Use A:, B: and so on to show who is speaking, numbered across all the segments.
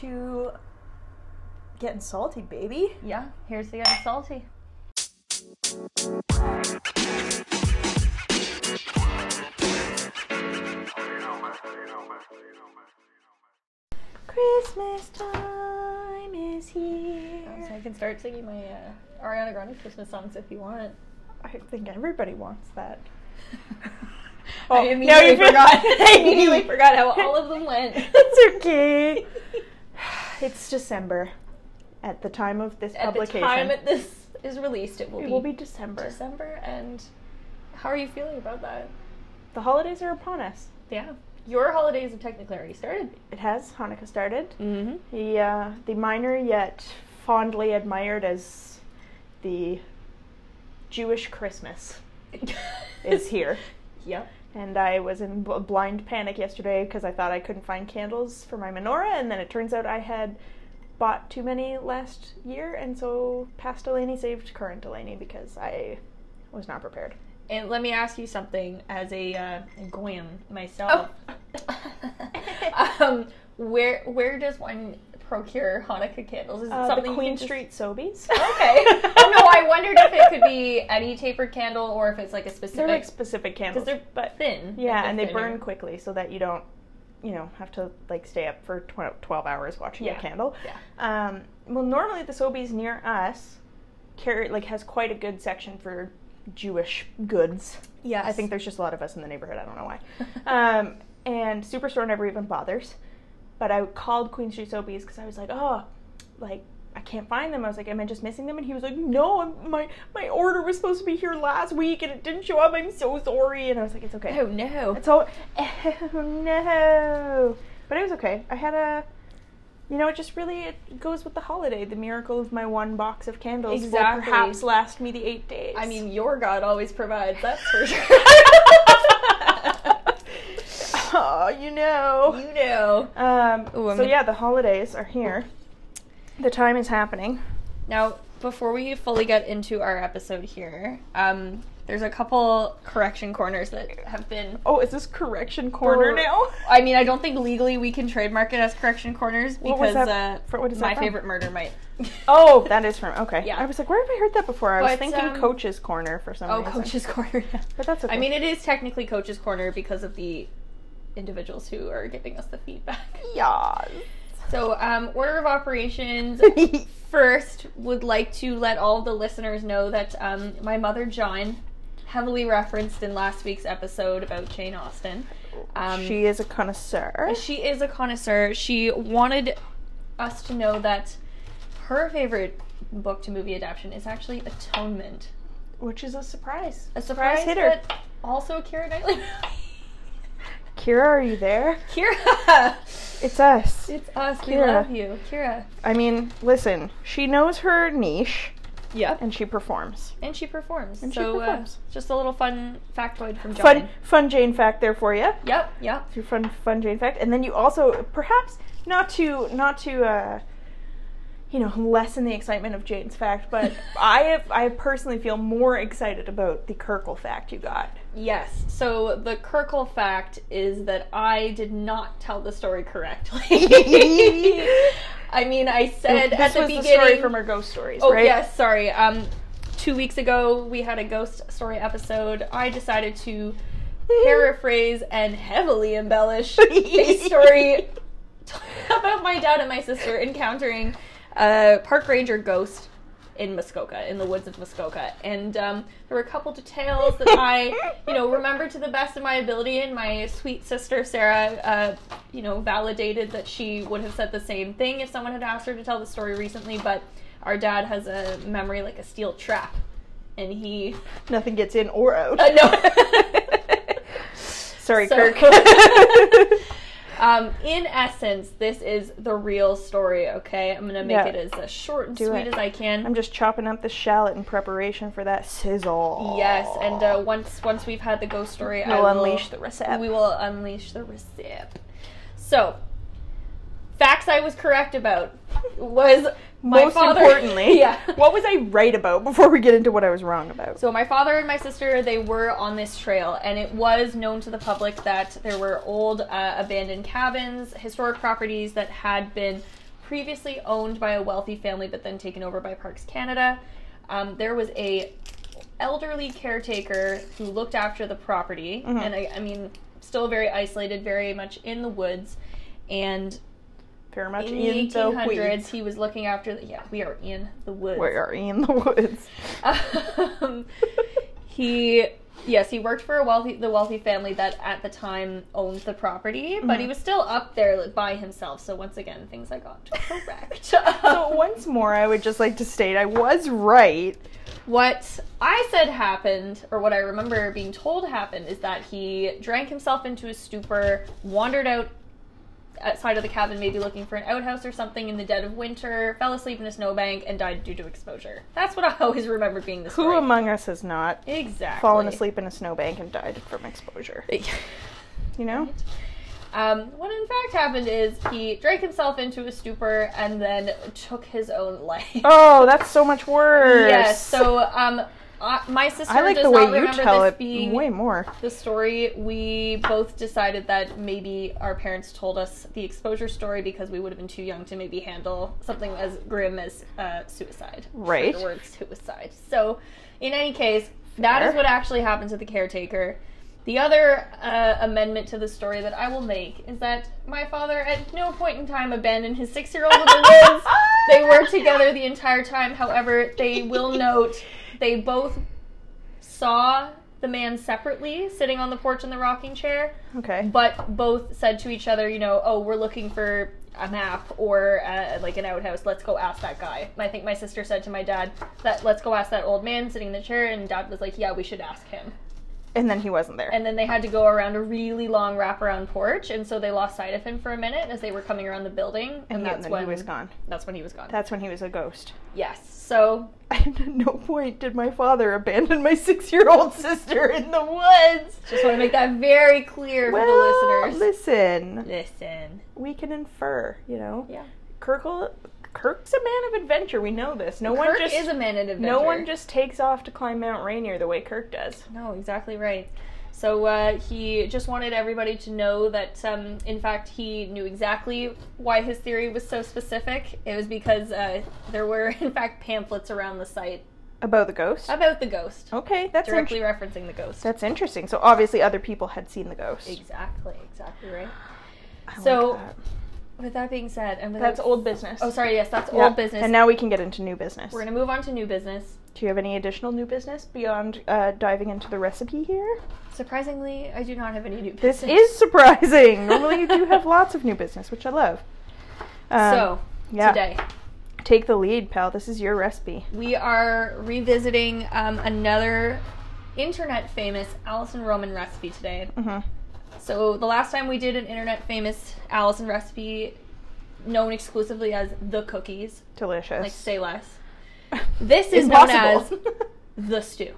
A: to getting salty, baby.
B: Yeah, here's the getting salty.
A: Christmas time is here.
B: So I can start singing my uh, Ariana Grande Christmas songs if you want.
A: I think everybody wants that. Oh,
B: I immediately forgot. I immediately forgot how all of them went.
A: It's okay. It's December. At the time of this
B: At the
A: publication,
B: time that this is released, it will,
A: it
B: be,
A: will be December.
B: December. And how are you feeling about that?
A: The holidays are upon us.
B: Yeah, your holidays have technically already started.
A: It has Hanukkah started.
B: Mm-hmm.
A: The uh, the minor yet fondly admired as the Jewish Christmas is here.
B: Yep.
A: And I was in b- blind panic yesterday because I thought I couldn't find candles for my menorah, and then it turns out I had bought too many last year, and so past Delaney saved current Delaney because I was not prepared.
B: And let me ask you something as a, uh, a goyim myself. um, where where does one procure Hanukkah candles? Is it
A: Uh,
B: something
A: the
B: you
A: Queen
B: can just-
A: Street Sobeys.
B: Okay. oh, no, I wondered if it could be any tapered candle or if it's like a
A: They're like
B: specific
A: specific
B: because
A: candles,
B: they're,
A: but
B: thin.
A: yeah,
B: Like,
A: and they
B: they're
A: burn
B: thinner.
A: quickly so that you don't, you know, have to like stay up for tw- twelve hours watching
B: Yeah.
A: a candle.
B: Yeah.
A: Um, well, normally the Sobeys near us carry like has quite a good section for Jewish goods.
B: Yes.
A: I think there's just a lot of us in the neighborhood. I don't know why. um, and Superstore never even bothers. But I called Queen Street Sobeys because I was like, oh, like I can't find them. I was like, am I just missing them? And he was like, no, I'm- my my order was supposed to be here last week and it didn't show up. I'm so sorry. And I was like, it's okay.
B: Oh no.
A: It's all oh no, but it was okay. I had a, you know, it just really it goes with the holiday. The miracle of my one box of candles will
B: Exactly.
A: perhaps last me the eight days.
B: I mean, your God always provides. That's for sure.
A: oh, you know.
B: you know.
A: Um,
B: Ooh, I'm
A: so
B: gonna-
A: yeah, the holidays are here. The time is happening.
B: Now, before we fully get into our episode here, um, there's a couple correction corners that have been.
A: Oh, is this correction corner
B: Or-
A: now?
B: I mean, I don't think legally we can trademark it as correction corners
A: What
B: because
A: was
B: uh,
A: that- for- what is that
B: my
A: from?
B: favorite murder might.
A: Oh, that is from okay.
B: Yeah.
A: I was like, where have I heard that before? I was
B: But,
A: thinking
B: um,
A: coach's corner for some
B: Oh,
A: reason.
B: coach's corner. yeah.
A: But that's okay.
B: I mean, it is technically coach's corner because of the individuals who are giving us the feedback.
A: yeah.
B: So, um, order of operations. First, would like to let all the listeners know that um, my mother John, heavily referenced in last week's episode about Jane Austen, um,
A: she is a connoisseur.
B: she is a connoisseur. She wanted us to know that her favorite book to movie adaptation is actually Atonement.
A: Which is a surprise.
B: A surprise,
A: hitter.
B: but also a Kira Knightley.
A: Kira, are you there?
B: Kira,
A: It's us.
B: it's us. We
A: Kira.
B: love you, Kira.
A: I mean, listen, she knows her niche
B: Yep.
A: and she performs.
B: And she performs.
A: And she
B: so,
A: performs.
B: Uh, just a little fun factoid from John.
A: Fun fun Jane fact there for you.
B: Yep, yep.
A: Your fun fun Jane fact. And then you also perhaps not to not to uh you know, lessen the excitement of Jane's fact, but I have, I personally feel more excited about the Kirkle fact you got.
B: Yes. So the Kirkle fact is that I did not tell the story correctly. I mean, I said
A: this
B: at the
A: was
B: beginning.
A: the story from our ghost stories,
B: oh
A: right?
B: yes, sorry. Um, two weeks ago we had a ghost story episode. I decided to paraphrase and heavily embellish a story about my dad and my sister encountering a park ranger ghost in Muskoka, in the woods of Muskoka. And um, there were a couple details that I, you know, remember to the best of my ability. And my sweet sister Sarah, uh, you know, validated that she would have said the same thing if someone had asked her to tell the story recently. But our dad has a memory like a steel trap, and he
A: Nothing gets in or out.
B: uh, no.
A: Sorry,
B: So-
A: Kirk.
B: um, in essence, this is the real story. Okay, I'm gonna make
A: Yeah.
B: it as uh, short and
A: Do
B: sweet
A: it.
B: as I can.
A: I'm just chopping up the shallot in preparation for that sizzle.
B: Yes, and uh, once once we've had the ghost story,
A: we'll
B: I will
A: unleash the recipe.
B: We will unleash the recipe. So, facts I was correct about was my
A: Most
B: father.
A: importantly,
B: yeah.
A: what was I right about before we get into what I was wrong about?
B: So my father and my sister they were on this trail, and it was known to the public that there were old uh, abandoned cabins, historic properties that had been previously owned by a wealthy family but then taken over by Parks Canada. Um, there was a elderly caretaker who looked after the property,
A: Mhm.
B: and I, I mean, still very isolated, very much in the woods, and
A: Very much
B: in
A: in,
B: the
A: the
B: 1800s,
A: woods.
B: he was looking after. The, yeah, we are in the woods.
A: We are in the woods.
B: Um, he, yes, he worked for a wealthy, the wealthy family that at the time owned the property, but he
A: Mhm.
B: was still up there like, by himself. So once again, things I got correct.
A: so once more, I would just like to state I was right.
B: what I said happened, or what I remember being told happened, is that he drank himself into a stupor, wandered out outside of the cabin, maybe looking for an outhouse or something in the dead of winter, fell asleep in a snowbank, and died due to exposure. That's what I always remember being the
A: Who
B: story.
A: among us has not
B: Exactly.
A: fallen asleep in a snowbank and died from exposure? You know?
B: Um, what in fact happened is he drank himself into a stupor and then took his own life.
A: Oh, that's so much worse.
B: yes. So um, I, my sister
A: I like
B: does
A: the way
B: not
A: you
B: remember
A: tell
B: this
A: it
B: being
A: way more.
B: the story. We both decided that maybe our parents told us the exposure story because we would have been too young to maybe handle something as grim as uh, suicide.
A: Right.
B: The word suicide. So, in any case, that is
A: Fair.
B: what actually happened to the caretaker. The other uh, amendment to the story that I will make is that my father at no point in time abandoned his six year old in the woods. They were together the entire time. However, they will note they both saw the man separately sitting on the porch in the rocking chair,
A: Okay.
B: but both said to each other, you know, oh, we're looking for a map or uh, like an outhouse. Let's go ask that guy. And I think my sister said to my dad that let's go ask that old man sitting in the chair, and dad was like, yeah, we should ask him.
A: And then he wasn't there.
B: And then they had to go around a really long wraparound porch, and so they lost sight of him for a minute as they were coming around the building, and,
A: And, he-
B: that's
A: then
B: when
A: he was gone.
B: That's when he was gone.
A: That's when he was a ghost.
B: yes. So
A: At no point did my father abandon my six-year-old sister in the woods.
B: just want to make that very clear
A: Well,
B: for the listeners.
A: listen,
B: Listen.
A: we can infer, you know.
B: Yeah.
A: Kirkle, Kirk's a man of adventure. We know this. No one
B: Kirk
A: just
B: is a man in adventure.
A: no one just takes off to climb Mount Rainier the way Kirk does.
B: No, exactly right. So uh, he just wanted everybody to know that, um, in fact, he knew exactly why his theory was so specific. It was because uh, there were, in fact, pamphlets around the site
A: About the ghost.
B: about the ghost,
A: okay, Oh, that's int-
B: directly referencing the ghost.
A: that's interesting. So obviously other people had seen the ghost.
B: Exactly, exactly right.
A: I like
B: So-
A: that.
B: With that being said, and without,
A: that's old business.
B: Oh, sorry. Yes, that's
A: Yeah,
B: old business.
A: And now we can get into new business.
B: we're gonna move on to new business.
A: Do you have any additional new business beyond uh, diving into the recipe here?
B: Surprisingly, I do not have any new business.
A: This is surprising. Normally, you do have lots of new business, which I love. Um,
B: so
A: yeah,
B: today
A: take the lead, pal. This is your recipe.
B: we are revisiting um, another internet famous Allison Roman recipe today.
A: Mm-hmm.
B: So the last time we did an internet famous Allison recipe, known exclusively as the cookies,
A: Delicious.
B: like say less. This is known The stew.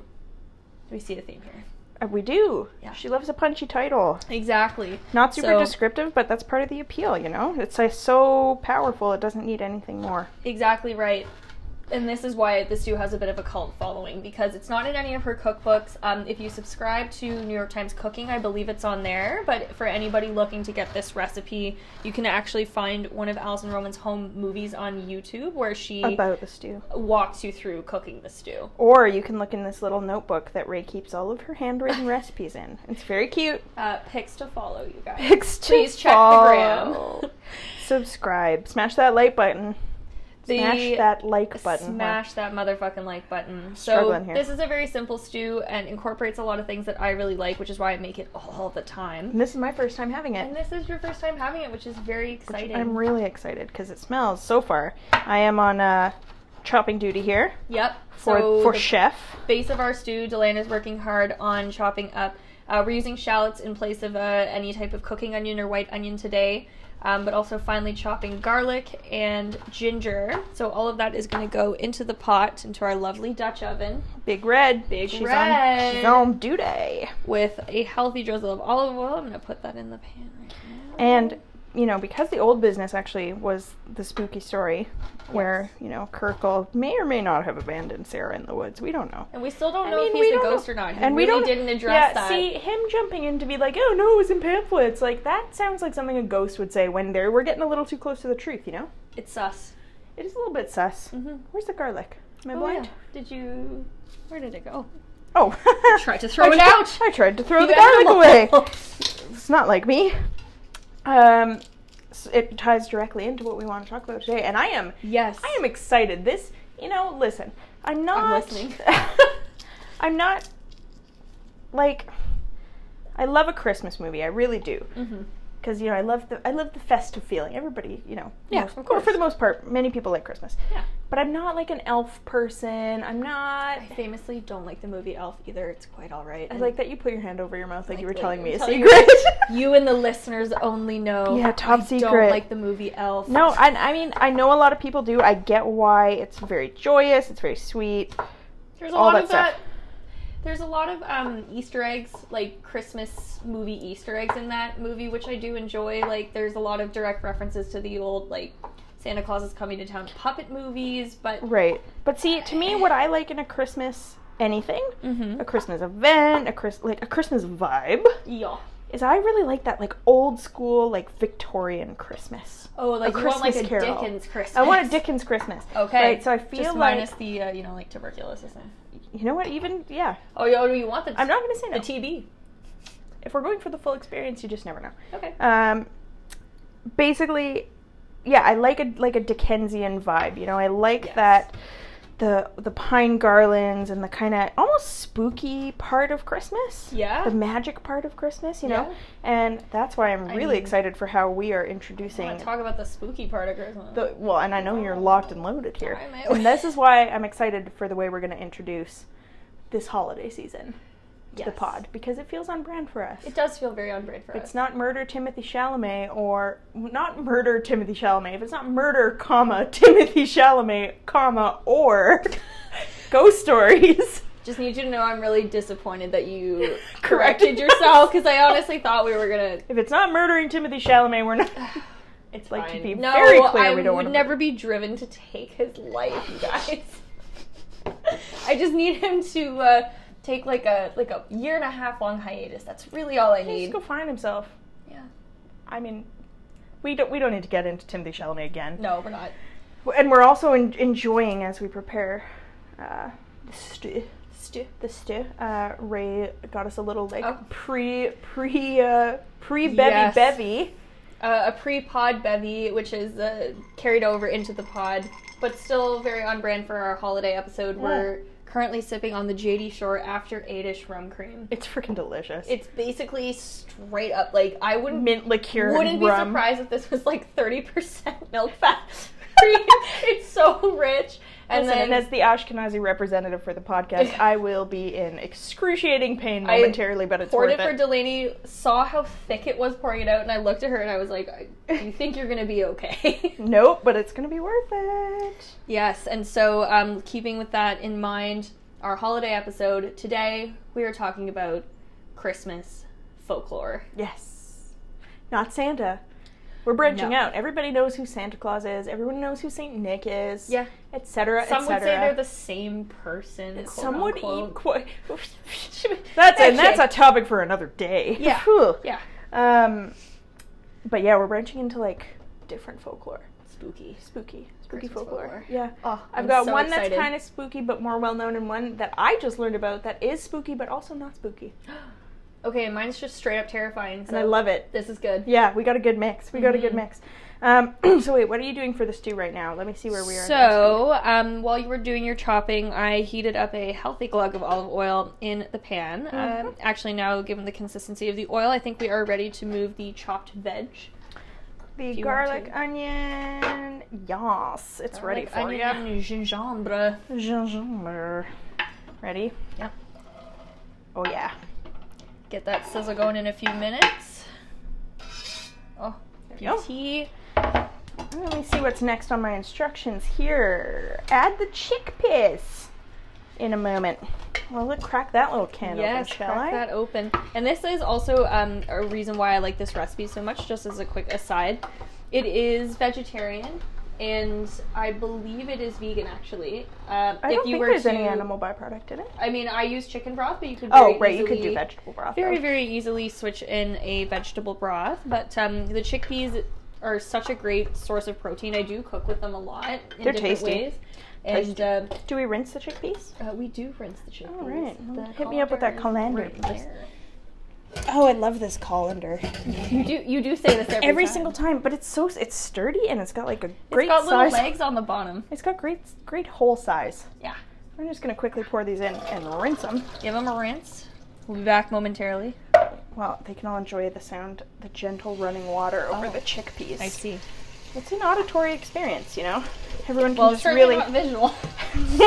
B: We see a theme here.
A: Uh, we do.
B: Yeah.
A: She loves a punchy title.
B: Exactly.
A: Not super
B: So-
A: descriptive, but that's part of the appeal, you know? It's like, so powerful, it doesn't need anything more.
B: Exactly right. And this is why the stew has a bit of a cult following because it's not in any of her cookbooks. Um, if you subscribe to New York Times Cooking, I believe it's on there. But for anybody looking to get this recipe, you can actually find one of Alison Roman's home movies on YouTube where she
A: About the stew.
B: walks you through cooking the stew.
A: Or you can look in this little notebook that Ray keeps all of her handwritten recipes in. It's very cute.
B: Uh, pics to follow, you guys.
A: Pics to
B: Please check
A: follow.
B: the gram.
A: Subscribe. Smash that like button.
B: The-
A: Smash that like button.
B: Smash that motherfucking like button. So
A: Struggling here.
B: this is a very simple stew and incorporates a lot of things that I really like, which is why I make it all the time.
A: And this is my first time having it.
B: And this is your first time having it, which is very
A: which
B: exciting.
A: I'm really excited because it smells so far. I am on uh, chopping duty here
B: yep.
A: for
B: so
A: for
B: the
A: chef.
B: base of our stew, Delana's working hard on chopping up. Uh, we're using shallots in place of uh, any type of cooking onion or white onion today, um, but also finely chopping garlic and ginger. So all of that is going to go into the pot, into our lovely Dutch oven,
A: Big red.
B: Big
A: she's On,
B: Red.
A: she's on duty.
B: with a healthy drizzle of olive oil. I'm going to put that in the pan right now.
A: And you know, because the old business actually was the spooky story, where you know Kirkle may or may not have abandoned Sarah in the woods. We don't know.
B: And we still don't
A: I
B: know
A: mean,
B: if
A: we
B: he's a
A: don't
B: ghost
A: know-
B: or not. He
A: and we
B: really
A: don't
B: didn't address
A: yeah,
B: that.
A: See him jumping in to be like, "Oh no, it was in pamphlets." Like that sounds like something a ghost would say when they were getting a little too close to the truth, you know?
B: It's sus.
A: It is a little bit sus.
B: Mm-hmm.
A: Where's the garlic? Am I
B: Oh,
A: blind?
B: yeah. Did you? Where did it go?
A: Oh.
B: Tried to throw
A: I
B: it
A: tri-
B: out.
A: I tried to throw
B: You
A: the garlic
B: animal.
A: away. It's not like me. Um, s- it ties directly into what we want to talk about today, and I am,
B: Yes.
A: I am excited. This, you know, listen, I'm not.
B: listening.
A: I'm not. Like, I love a Christmas movie. I really do,
B: Mm-hmm.
A: because you know, I love the, I love the festive feeling. Everybody, you know,
B: Yeah,
A: most-
B: of
A: or
B: course.
A: for the most part, many people like Christmas.
B: Yeah.
A: But I'm not like an elf person. I'm not.
B: I famously don't like the movie Elf either. It's quite all right.
A: I
B: And
A: like that you put your hand over your mouth like, you were
B: Like,
A: telling me a
B: telling you-
A: secret.
B: You and the listeners only know.
A: Yeah, top
B: I Don't
A: secret.
B: like the movie Elf.
A: No, I, I mean I know a lot of people do. I get why it's very joyous. It's very sweet.
B: There's a
A: all
B: lot
A: that
B: of
A: stuff.
B: that. There's a lot of um, Easter eggs, like Christmas movie Easter eggs in that movie, which I do enjoy. Like, there's a lot of direct references to the old like Santa Claus is coming to town puppet movies, but
A: Right. But see, to me, what I like in a Christmas anything,
B: mm-hmm.
A: a Christmas event, a Chris like a Christmas vibe,
B: yeah.
A: is I really like that like old school like Victorian Christmas.
B: Oh, like you want like
A: Christmas
B: a
A: Carol.
B: Dickens Christmas.
A: I want a Dickens Christmas.
B: Okay.
A: Right. So I feel
B: Just
A: like
B: minus the uh, you know like tuberculosis. and-
A: you know what? Even yeah,
B: Oh, you, oh, you want the
A: I'm not gonna say
B: the
A: no.
B: TB.
A: if we're going for the full experience, you just never know.
B: Okay.
A: um basically yeah i like a like a dickensian vibe you know i like
B: Yes.
A: that the the pine garlands and the kind of almost spooky part of christmas
B: Yeah.
A: the magic part of christmas you know
B: Ah. Yeah.
A: and that's why i'm
B: I
A: really
B: mean-
A: excited for how we are
B: I
A: introducing
B: want to talk about the spooky part of Christmas.
A: the well and i know you're locked and loaded here
B: I might-
A: and this is why i'm excited for the way we're going to introduce this holiday season to the
B: Yes.
A: pod because it feels on brand for us
B: It does feel very on brand for
A: it's
B: us.
A: not murder Timothy Chalamet or not murder Timothy Chalamet. If it's not murder, comma Timothy Chalamet, comma or ghost stories.
B: Just need you to know I'm really disappointed that you
A: Corrected
B: corrected yourself because I honestly thought we were gonna.
A: If it's not murdering Timothy Chalamet, we're not.
B: It's
A: Like, to
B: fine.
A: be
B: no,
A: very clear,
B: I
A: we don't
B: would
A: wanna-
B: never be driven to take his life, you guys. I just need him to uh, take like a like a year and a half long hiatus. That's really all I
A: Just
B: need.
A: go find himself.
B: Yeah.
A: I mean, we don't we don't need to get into Timothy Chalamet again.
B: No, we're not.
A: And we're also en- enjoying as we prepare. Uh, the stew.
B: Stu.
A: The stew. Uh, Ray got us a little like
B: Oh.
A: pre pre uh, pre bevy
B: Yes.
A: bevy.
B: Uh, a pre-pod bevy, which is uh, carried over into the pod, but still very on brand for our holiday episode. We're currently sipping on the JD Shore After Eight-ish rum cream.
A: It's freaking delicious.
B: It's basically straight up like I wouldn't
A: mint liqueur
B: wouldn't
A: and
B: be
A: rum.
B: surprised if this was like thirty percent milk fat. free. it's so rich, and
A: And, then,
B: then
A: as the Ashkenazi representative for the podcast, I will be in excruciating pain
B: I
A: momentarily, but it's
B: poured
A: worth
B: it
A: it.
B: for Delaney. Saw how thick it was pouring it out, and I looked at her and I was like, "Do you think you're gonna be okay?"
A: nope, but it's gonna be worth it.
B: Yes, and so um, keeping with that in mind, our holiday episode today we are talking about Christmas folklore.
A: Yes, not Santa. We're branching
B: No.
A: out. Everybody knows who Santa Claus is. Everyone knows who Saint Nick is.
B: Yeah.
A: etc.
B: Some would say
A: etc.
B: they're the same person. Quote,
A: Some would
B: unquote.
A: eat. Qu- that's and
B: Okay.
A: that's a topic for another day.
B: Yeah.
A: Phew.
B: Yeah,
A: Um, but yeah, we're branching into like different folklore.
B: spooky.
A: spooky, spooky
B: Christmas
A: folklore.
B: folklore.
A: Yeah.
B: Oh,
A: I've got one that's kind of spooky but more well known, and one that I just learned about that is spooky but also not spooky,
B: of okay. Mine's just straight up terrifying. So
A: and I love it.
B: this is good.
A: Yeah, we got a good mix. We got a good
B: Mhm.
A: mix. Um, so wait, what are you doing for the stew right now? Let me see where we are. in our stew.
B: So, um, while you were doing your chopping, I heated up a healthy glug of olive oil in the pan. Um,
A: Mhm.
B: actually, now given the consistency of the oil, I think we are ready to move the chopped veg.
A: the
B: you want
A: garlic
B: to-
A: onion, yes, it's ready
B: Garlic,
A: for
B: onion,
A: you.
B: and gingembre.
A: Gingembre. Ready?
B: Yep.
A: Oh yeah.
B: Get that sizzle going in a few minutes. Oh, there
A: Yep.
B: you tea.
A: Let me see what's next on my instructions here. Add the chickpeas in a moment. Well, let's crack that little can
B: Yes,
A: open, shall
B: crack
A: I?
B: that open. And this is also um, a reason why I like this recipe so much. Just as a quick aside, it is vegetarian, and I believe it is vegan actually. Um,
A: I don't
B: if you
A: think
B: were
A: there's
B: to,
A: any animal byproduct in it.
B: I mean, I use chicken broth, but you could.
A: Oh,
B: very
A: right, you could do
B: easily-
A: vegetable broth.
B: Very,
A: though.
B: very easily switch in a vegetable broth, but um, the chickpeas are such a great source of protein. I do cook with them a lot in
A: They're
B: different
A: tasty.
B: ways. And
A: Tasty.
B: uh,
A: Do we rinse the chickpeas?
B: uh, we do rinse the chickpeas.
A: All right. Well,
B: The
A: hit me up with that
B: colander is
A: colander,
B: right
A: please.
B: there.
A: Oh, I love this colander.
B: You do you do say this every,
A: Every, single time, but it's so it's sturdy and it's got like a
B: It's
A: great
B: got little
A: size.
B: legs on the bottom.
A: It's got great great hole size.
B: Yeah.
A: I'm just gonna quickly pour these in and rinse them.
B: Give them a rinse. We'll be back momentarily.
A: Well, they can all enjoy the sound, the gentle running water over
B: Oh.
A: the chickpeas.
B: I see.
A: It's an auditory experience, you know. Everyone can
B: Well,
A: just
B: it's
A: really,
B: certainly not visual.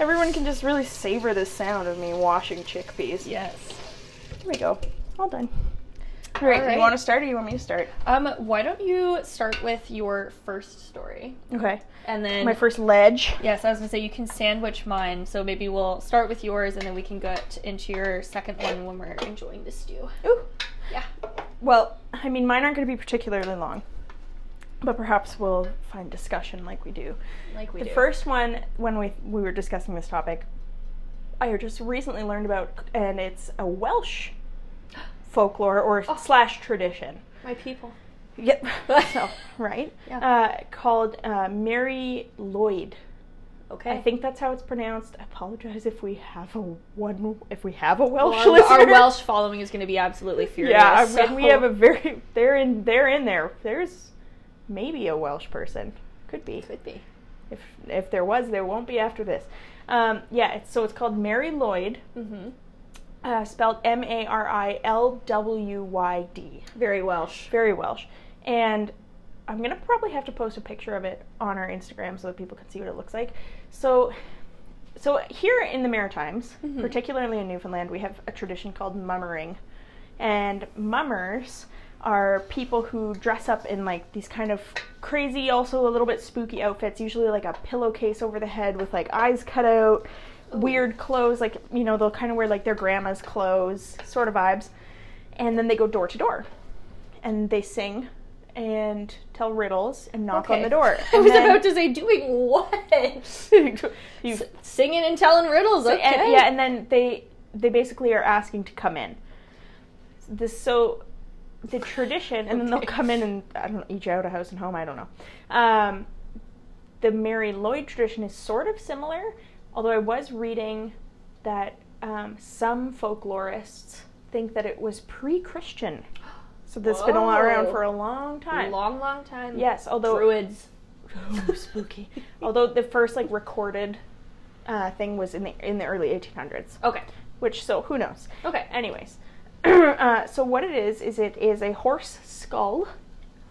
A: everyone can just really savor the sound of me washing chickpeas.
B: yes.
A: Here we go. All done. All right,
B: Alright.
A: You want to start, or you want me to start?
B: Um, why don't you start with your first story,
A: Okay.
B: and then
A: My first ledge.
B: Yes, I was gonna say you can sandwich mine, so maybe we'll start with yours and then we can get into your second one when we're enjoying the stew.
A: Ooh.
B: Yeah.
A: Well, I mean, mine aren't going to be particularly long, but perhaps we'll find discussion like we do.
B: Like we
A: the
B: do.
A: first one, when we we were discussing this topic, I just recently learned about, and it's a Welsh folklore or
B: Oh.
A: slash tradition.
B: my people.
A: Yep. so, right?
B: Yeah.
A: Uh, called uh, Mary Lloyd.
B: Okay.
A: I think that's how it's pronounced. I apologize if we have a one if we have a
B: Well,
A: Welsh
B: our,
A: listener.
B: our Welsh following is gonna be absolutely furious.
A: Yeah, I mean,
B: so-
A: we have a very they're in they're in there. There's maybe a Welsh person. Could be.
B: could be.
A: If if there was, there won't be after this. Um, yeah, it's, so it's called Mary Lloyd,
B: Mm-hmm.
A: uh, spelled M A R I L W Y D.
B: Very Welsh.
A: Very Welsh. And I'm gonna probably have to post a picture of it on our Instagram so that people can see what it looks like. So so here in the Maritimes,
B: Mhm.
A: particularly in Newfoundland, we have a tradition called mummering. And mummers are people who dress up in like these kind of crazy, also a little bit spooky outfits, usually like a pillowcase over the head with like eyes cut out,
B: Ooh.
A: weird clothes, like you know, they'll kind of wear like their grandma's clothes, sort of vibes. And then they go door to door and they sing and tell riddles and knock on
B: Okay.
A: the door.
B: I
A: And
B: was
A: then-
B: about to say doing what?
A: You-
B: S- singing and telling riddles.
A: so-
B: Okay.
A: and- yeah, and then they they basically are asking to come in. This so the tradition, and then they'll
B: Okay.
A: come in and I don't know, each out a house and home. I don't know. Um, the Mary Lloyd tradition is sort of similar, although I was reading that um, some folklorists think that it was pre-Christian. So that's been
B: Whoa.
A: around for a long time.
B: Long, long time.
A: Yes, although
B: Druids.
A: Oh, spooky. Although the first like recorded uh, thing was in the in the early 1800s,
B: Okay.
A: which so who knows?
B: Okay.
A: Anyways, uh, so what it is is it is a horse skull,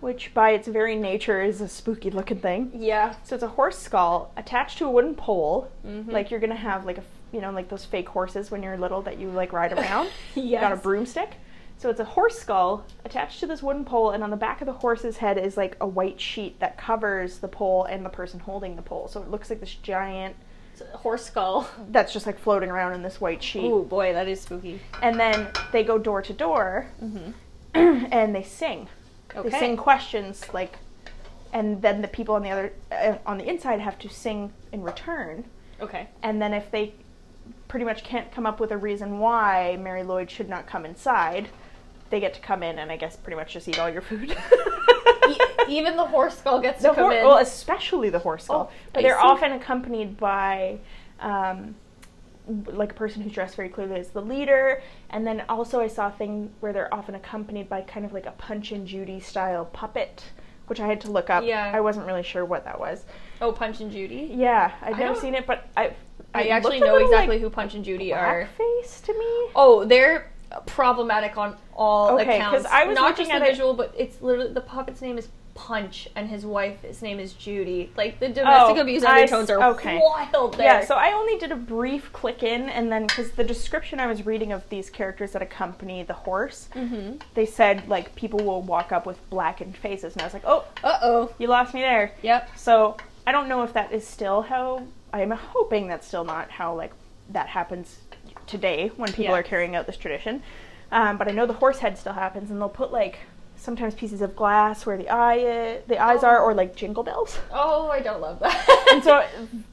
A: which by its very nature is a spooky looking thing.
B: Yeah.
A: So it's a horse skull attached to a wooden pole,
B: Mhm.
A: like you're gonna have like a f- you know like those fake horses when you're little that you like ride around. You
B: yes.
A: got a broomstick. So it's a horse skull attached to this wooden pole, and on the back of the horse's head is like a white sheet that covers the pole and the person holding the pole. So it looks like this giant
B: It's a Horse skull.
A: that's just like floating around in this white sheet.
B: Oh boy, that is spooky.
A: And then they go door to door
B: Mm-hmm.
A: and they sing.
B: Okay.
A: They sing questions like, and then the people on the other uh, on the inside have to sing in return.
B: Okay.
A: and then if they pretty much can't come up with a reason why Mary Lloyd should not come inside, they get to come in and I guess pretty much just eat all your food.
B: E- even the horse skull gets
A: the
B: to come
A: hor-
B: in.
A: well, especially the horse skull,
B: Oh,
A: but
B: I
A: they're
B: see.
A: often accompanied by. Um, like a person who's dressed very clearly as the leader, and then also I saw a thing where they're often accompanied by kind of like a Punch and Judy style puppet, which I had to look up.
B: Yeah.
A: I wasn't really sure what that was.
B: oh, Punch and Judy.
A: Yeah, I've
B: I
A: never
B: don't-
A: seen it, but I
B: I
A: it
B: actually
A: looked a
B: know
A: little,
B: exactly
A: like,
B: who Punch and Judy are.
A: blackface to me.
B: Oh, they're problematic on all
A: Okay, 'cause
B: accounts.
A: I was
B: not
A: looking
B: just
A: at
B: the
A: it-
B: visual, but it's literally the puppet's name is Punch, and his wife, his name is Judy. Like the domestic
A: Oh,
B: abuse
A: I
B: undertones
A: s-
B: are
A: okay.
B: wild. There.
A: Yeah, so I only did a brief click in, and then because the description I was reading of these characters that accompany the horse,
B: Mm-hmm.
A: they said like people will walk up with blackened faces, and I was like, oh,
B: Uh oh.
A: you lost me there.
B: Yep.
A: So I don't know if that is still how. I'm hoping that's still not how like that happens today when people
B: Yeah.
A: are carrying out this tradition. Um, but I know the horse head still happens, and they'll put like sometimes pieces of glass where the eye i- the eyes
B: Oh.
A: are, or like jingle bells.
B: Oh, I don't love that.
A: and so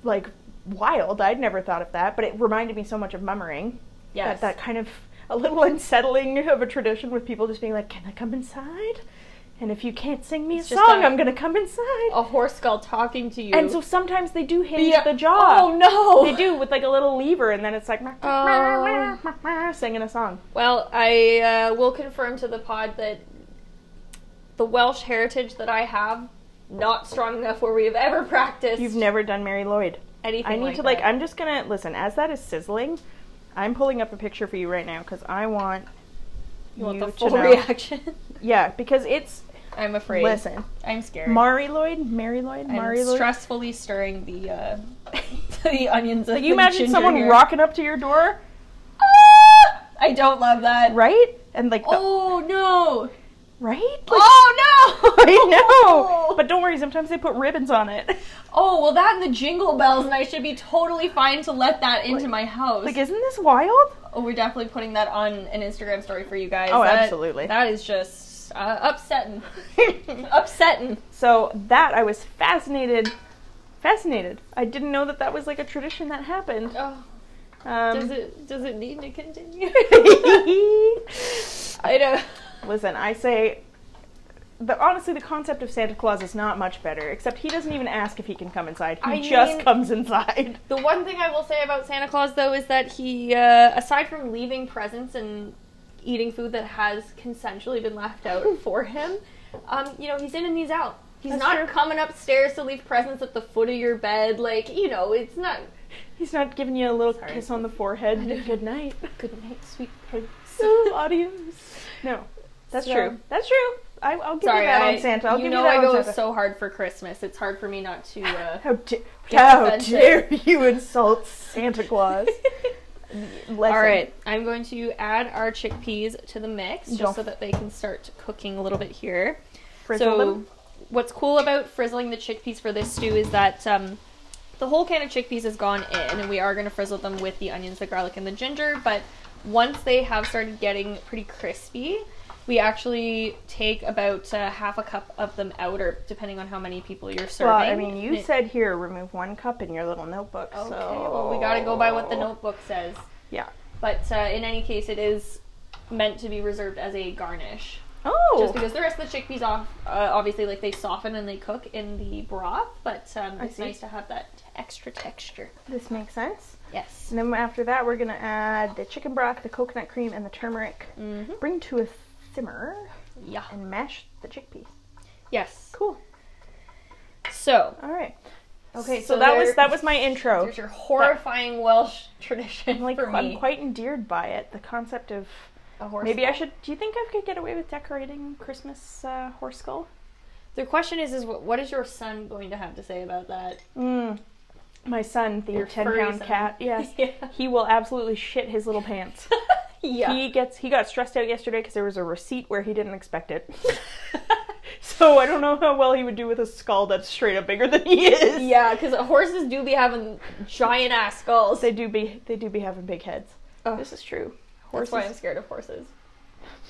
A: like wild i'd never thought of that but it reminded me so much of mummering
B: yes.
A: that that kind of a little unsettling of a tradition with people just being like can i come inside And if you can't sing me a
B: It's just
A: song,
B: a-
A: i am gonna come inside.
B: A horse skull talking to you.
A: And so sometimes they do hinge
B: Yeah.
A: the jaw.
B: Oh no!
A: They do with like a little lever, and then it's like
B: Oh.
A: singing a song.
B: Well, I uh, will confirm to the pod that the Welsh heritage that I have not strong enough where we have ever practiced
A: You've never done Mary Lloyd.
B: anything.
A: I need to like.
B: that.
A: I'm just gonna listen as that is sizzling. I'm pulling up a picture for you right now because I want
B: you want the
A: to
B: full
A: know.
B: reaction.
A: Yeah, because it's
B: I'm afraid.
A: listen.
B: I'm scared.
A: Mari Lloyd, Mary Lloyd,
B: I'm
A: Mari Lloyd.
B: stressfully stirring the uh, the onions.
A: Can you imagine someone rocking up to your door,
B: Ah! I don't love that.
A: right? And like, the-
B: Oh no!
A: right? Like,
B: Oh no!
A: I know. But don't worry. Sometimes they put ribbons on it.
B: Oh well, that and the jingle bells, and I should be totally fine to let that into my house.
A: Like, isn't this wild?
B: oh, we're definitely putting that on an Instagram story for you guys.
A: Oh,
B: That-
A: absolutely.
B: That is just uh, upsetting. upsetting.
A: So that I was fascinated. Fascinated. I didn't know that that was like a tradition that happened.
B: Oh,
A: Um,
B: does it does it need to continue?
A: Listen,
B: I don't.
A: I say, the, honestly, the concept of Santa Claus is not much better, except he doesn't even ask if he can come inside. He
B: I
A: just
B: mean-
A: comes inside.
B: The one thing I will say about Santa Claus, though, is that he, uh, aside from leaving presents and eating food that has consensually been left out for him, um, you know, he's in and he's out. He's
A: That's
B: not
A: true.
B: coming upstairs to leave presents at the foot of your bed. Like, you know, it's not.
A: He's not giving you a little
B: Sorry.
A: kiss on the forehead. Good night.
B: Good night, sweet prince.
A: So, adios. No, that's
B: So-
A: true. That's true. I, I'll give
B: Sorry,
A: you that
B: I,
A: on Santa. I'll
B: you
A: give
B: know
A: you that
B: I
A: on
B: go
A: Santa.
B: so hard for Christmas. It's hard for me not to. Uh,
A: how da-
B: Get
A: how
B: offensive.
A: dare you insult Santa Claus? Listen,
B: All right, I'm going to add our chickpeas to the mix just
A: Don't-
B: so that they can start cooking a little bit here.
A: frizzle
B: so,
A: them.
B: what's cool about frizzling the chickpeas for this stew is that um, the whole can of chickpeas has gone in, and we are going to frizzle them with the onions, the garlic, and the ginger. But once they have started getting pretty crispy, we actually take about uh, half a cup of them out, or depending on how many people you're serving.
A: Well, I mean, you
B: And it-
A: said here remove one cup in your little notebook.
B: Okay,
A: so
B: well, we got to go by what the notebook says.
A: Yeah.
B: But uh, in any case, it is meant to be reserved as a garnish.
A: Oh,
B: Just because the rest of the chickpeas off, uh, obviously, like they soften and they cook in the broth, but um,
A: I
B: it's
A: see.
B: nice to have that extra texture.
A: this makes sense.
B: Yes.
A: And then after that, we're gonna add the chicken broth, the coconut cream, and the turmeric.
B: Mm-hmm.
A: Bring to a simmer
B: Yeah.
A: and mash the chickpeas.
B: Yes.
A: Cool.
B: So,
A: All right.
B: okay,
A: So, that was
B: there-
A: that was my intro.
B: There's your horrifying Welsh tradition
A: I'm like
B: for me.
A: I'm quite endeared by it. The concept of
B: a horse
A: maybe I
B: skull.
A: should. Do you think I could get away with decorating Christmas uh, horse skull?
B: The question is, is what, what is your son going to have to say about that?
A: Mm. My son, the
B: Your
A: ten
B: furry
A: pound
B: son.
A: cat. Yes.
B: Yeah.
A: He will absolutely shit his little pants.
B: yeah.
A: He gets he got stressed out yesterday because there was a receipt where he didn't expect it. so I don't know how well he would do with a skull that's straight up bigger than he is.
B: Yeah, because horses do be having giant ass skulls.
A: They do be they do be having big heads.
B: Ugh.
A: This is true.
B: That's
A: Horses
B: why I'm scared of horses.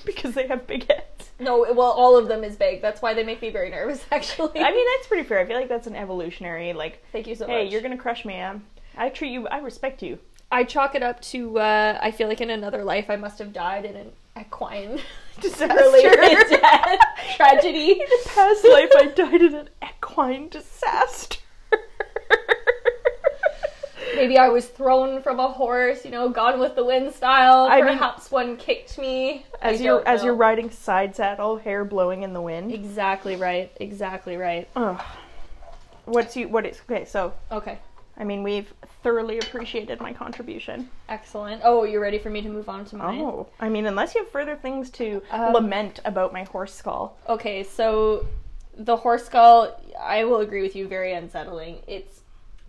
A: because they have big heads.
B: No, well, all of them is big. That's why they make me very nervous, actually.
A: I mean that's pretty fair. I feel like that's an evolutionary like
B: thank you so
A: hey,
B: much.
A: you're gonna crush me, um, I treat you I respect you.
B: I chalk it up to uh, I feel like in another life I must have died in an equine
A: Disaster.
B: related death tragedy.
A: In a past life, I died in an equine disaster.
B: Maybe I was thrown from a horse, you know, gone with the wind style.
A: I mean-
B: Perhaps one kicked me.
A: as
B: I
A: you're
B: don't
A: as
B: know.
A: you're riding side saddle, hair blowing in the wind.
B: Exactly right. Exactly right.
A: Ugh. What's you? What is okay? So
B: Okay.
A: I mean, we've thoroughly appreciated my contribution.
B: Excellent. Oh, you're ready for me to move on to mine?
A: Oh, I mean, unless you have further things to
B: Um,
A: lament about my horse skull.
B: Okay, so the horse skull, I will agree with you, very unsettling. It's,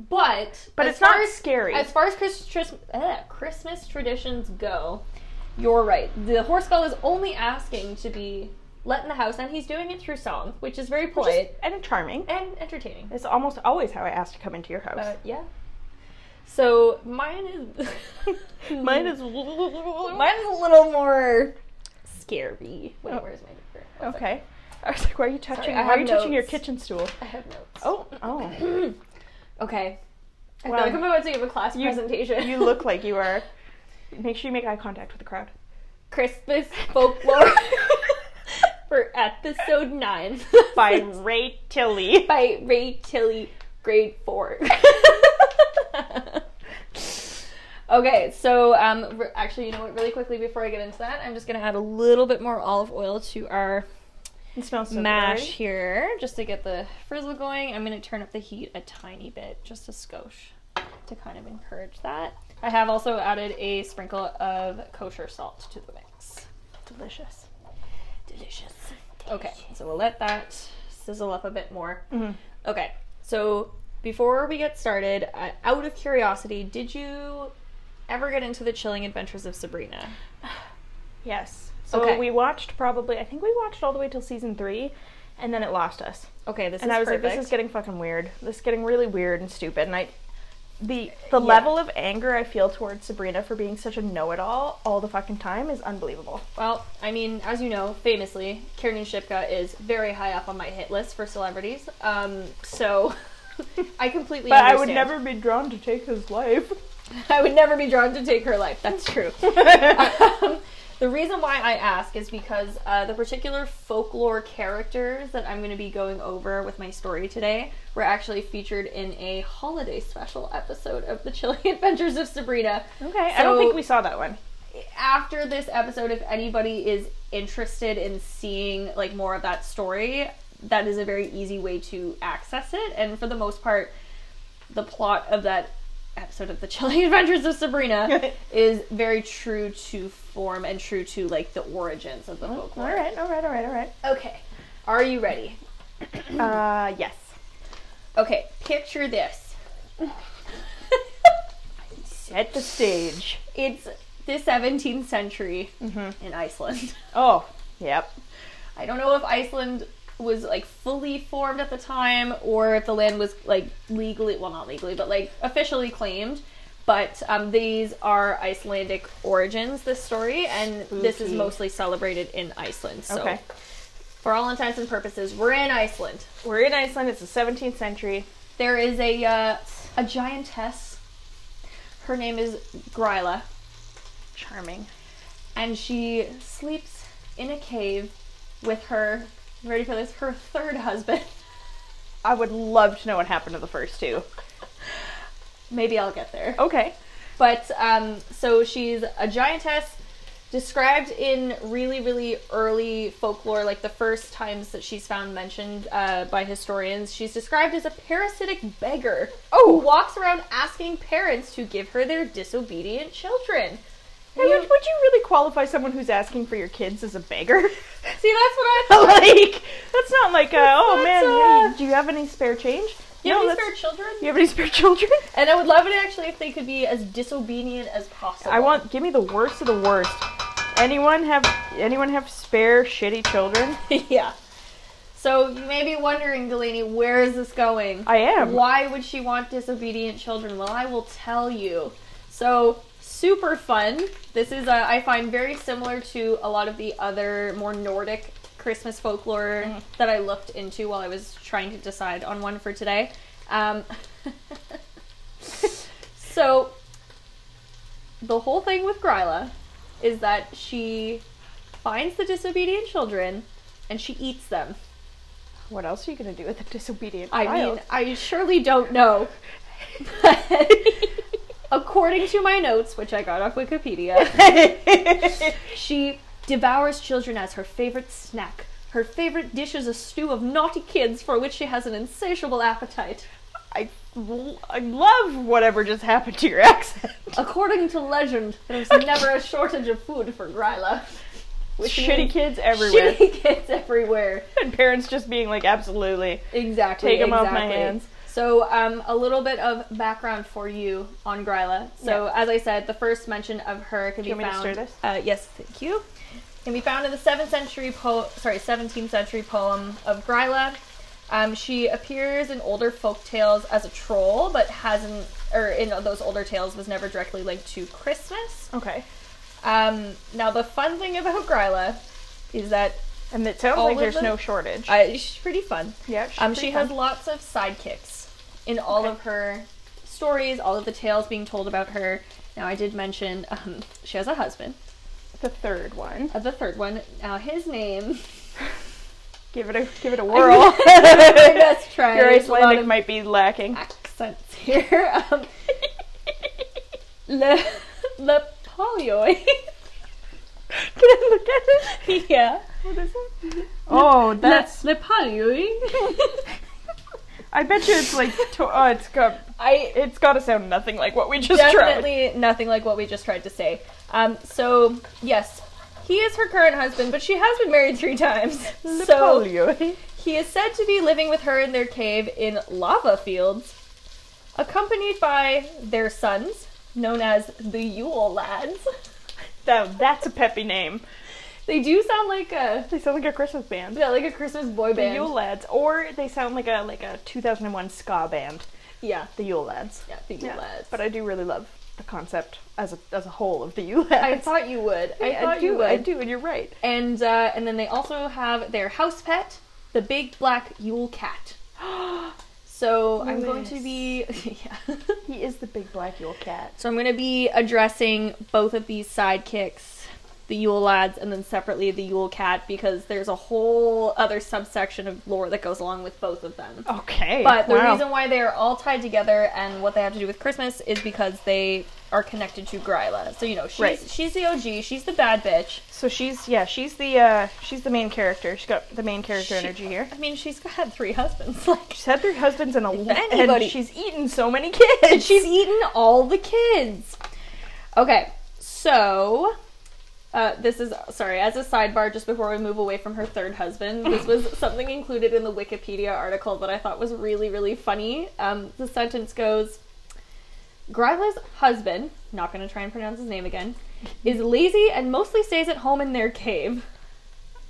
B: but
A: But
B: as
A: it's not
B: far as-
A: scary.
B: As far as Chris, Tris, uh, Christmas traditions go, you're right. The horse skull is only asking to be let in the house, and he's doing it through song, which is very
A: Which is-
B: polite
A: and charming.
B: and entertaining.
A: It's almost always how I ask to come into your house.
B: Uh, yeah. So mine is
A: Mine is
B: mine is a little more scary. Wait,
A: Oh.
B: where's my paper? Oh, sorry.
A: okay. I was like, why are you touching?
B: Sorry, I
A: why are you
B: have
A: touching your
B: notes.
A: kitchen stool?
B: I have notes.
A: Oh, oh.
B: Okay. I
A: Wow.
B: feel like I'm about to give a class
A: You-
B: presentation.
A: You look like you are. Make sure you make eye contact with the crowd.
B: Christmas folklore for episode nine
A: by Ray Tilly.
B: by Ray Tilly, grade four. okay, so um, re- actually, you know what? Really quickly before I get into that, I'm just gonna add a little bit more olive oil to our
A: It smells so
B: mash
A: good.
B: here, just to get the frizzle going. I'm gonna turn up the heat a tiny bit, just a skosh, to kind of encourage that. I have also added a sprinkle of kosher salt to the mix.
A: Delicious.
B: Delicious. Okay, so we'll let that sizzle up a bit more.
A: Mhm.
B: Okay, so before we get started, uh, out of curiosity, did you ever get into the chilling adventures of Sabrina?
A: Yes. So
B: Okay.
A: we watched probably I think we watched all the way till season three, and then it lost us.
B: Okay, this
A: and
B: is
A: I was
B: perfect.
A: like, this is getting fucking weird. This is getting really weird and stupid. And I, the the
B: Yeah.
A: level of anger I feel towards Sabrina for being such a know-it-all all the fucking time is unbelievable.
B: well, I mean, as you know, famously, Kiernan Shipka is very high up on my hit list for celebrities. Um, so I completely.
A: But I would
B: understand.
A: never be drawn to take his life.
B: I would never be drawn to take her life. That's true. Um, the reason why I ask is because uh, the particular folklore characters that I'm going to be going over with my story today were actually featured in a holiday special episode of The Chilling Adventures of Sabrina.
A: Okay, I don't think
B: So-
A: we saw that one.
B: After this episode, if anybody is interested in seeing like more of that story, that is a very easy way to access it. And for the most part, the plot of that episode of the chilling adventures of sabrina is very true to form and true to like the origins of the folklore
A: Oh, All right, all right, all right, all right.
B: okay are you ready
A: Uh, yes.
B: okay picture this
A: Set the stage.
B: it's the 17th century
A: Mm-hmm.
B: in iceland
A: Oh, yep.
B: i don't know if iceland was like fully formed at the time or if the land was like legally well not legally but like officially claimed but um, these are Icelandic origins, this story, and this is
A: Spooky.
B: mostly celebrated in Iceland. So,
A: Okay.
B: for all intents and purposes, we're in Iceland.
A: We're in Iceland. It's the 17th century.
B: There is a uh, a giantess. Her name is Gryla,
A: Charming.
B: and she sleeps in a cave with her. you Ready for this? Her third husband.
A: I would love to know what happened to the first two.
B: Maybe I'll get there.
A: Okay.
B: But um, so she's a giantess, described in really, really early folklore, like the first times that she's found mentioned uh, by historians. She's described as a parasitic beggar
A: Oh.
B: who walks around asking parents to give her their disobedient children.
A: Hey, would, would you really qualify someone who's asking for your kids as a beggar?
B: See, that's what I thought.
A: like, that's not like, uh, oh
B: That's-
A: man,
B: uh,
A: hey, do you have any spare change?
B: You have
A: No,
B: any
A: that's-
B: spare children?
A: you have any spare children?
B: And I would love it actually if they could be as disobedient as possible.
A: I want, give me the worst of the worst. Anyone have, anyone have spare shitty children?
B: yeah. So you may be wondering, Delaney, where is this going?
A: I am.
B: Why would she want disobedient children? Well, I will tell you. So super fun. This is uh, I find very similar to a lot of the other more Nordic Christmas folklore
A: Mm-hmm.
B: that I looked into while I was trying to decide on one for today. Um, so the whole thing with Gryla is that she finds the disobedient children and she eats them.
A: What else are you gonna do with a disobedient
B: I
A: child?
B: mean, I surely don't know. But according to my notes, which I got off Wikipedia, she devours children as her favorite snack. Her favorite dish is a stew of naughty kids for which she has an insatiable appetite.
A: I, l- I love whatever just happened to your accent.
B: According to legend, there's never a shortage of food for Gryla. Which
A: Shitty
B: means
A: kids everywhere.
B: Shitty kids everywhere.
A: And parents just being like, absolutely.
B: Exactly.
A: Take 'em off
B: exactly.
A: my hands.
B: So, um, a little bit of background for you on Gryla. So, as I said, the first mention of her can
A: you
B: be
A: want me to
B: found.
A: stir this?
B: Uh, yes, thank you. Can be found in the seventh century po- sorry, seventeenth century poem of Gryla. Um, she appears in older folk tales as a troll, but hasn't, or in those older tales, was never directly linked to Christmas.
A: Okay.
B: Um, now, the fun thing about Gryla is that
A: And it sounds
B: All
A: like
B: of
A: there's
B: them?
A: no shortage.
B: uh, she's pretty fun.
A: yeah, she's
B: Um,
A: pretty
B: she
A: fun.
B: has lots of sidekicks in all
A: Okay.
B: of her stories, all of the tales being told about her. Now, I did mention um, she has a husband,
A: the third one.
B: uh, the third one. Now, his name
A: Give it a give it a whirl.
B: my best try.
A: Your
B: There's a lot
A: Icelandic
B: of-
A: might be lacking.
B: accents here. Um, le le polyoi.
A: Can I look at it?
B: yeah.
A: What is it? Oh, that's.
B: le, le polyoi.
A: I bet you it's like. To- oh, it's got.
B: I
A: It's got to sound nothing like what we just tried.
B: definitely nothing like what we just tried to say. Um, so yes, he is her current husband, but she has been married three times.
A: Le
B: so
A: polio.
B: he is said to be living with her in their cave in lava fields, accompanied by their sons, known as the Yule lads.
A: That, that's a peppy name.
B: They do sound like a
A: They sound like a Christmas band.
B: yeah, like a Christmas boy
A: The
B: band.
A: Yule Lads, or they sound like a like a 2001 ska band.
B: Yeah,
A: The Yule Lads.
B: yeah, the Yule lads.
A: But I do really love the concept as a as a whole of the Yule Lads.
B: I thought you would. I
A: Yeah,
B: thought
A: do.
B: you would.
A: I do, and you're right.
B: And uh, and then they also have their house pet, the big black Yule cat. So I'm going to be yeah.
A: He is the big black Yule cat.
B: so I'm going to be addressing both of these sidekicks, the Yule lads, and then separately the Yule cat because there's a whole other subsection of lore that goes along with both of them.
A: Oh, Okay.
B: But the
A: wow.
B: reason why they are all tied together and what they have to do with Christmas is because they are connected to Gryla. So you know she's
A: Right.
B: she's the OG, she's the bad bitch.
A: So she's yeah, she's the uh she's the main character. She's got the main character
B: She-
A: energy here.
B: I mean, she's had three husbands. Like
A: She's had three husbands and a
B: If
A: lo-
B: anybody-
A: and she's eaten so many kids.
B: she's eaten all the kids. Okay, so uh, this is sorry. As a sidebar, just before we move away from her third husband, this was something included in the Wikipedia article that I thought was really really funny. Um, the sentence goes. Gryla's husband, not going to try and pronounce his name again, is lazy and mostly stays at home in their cave.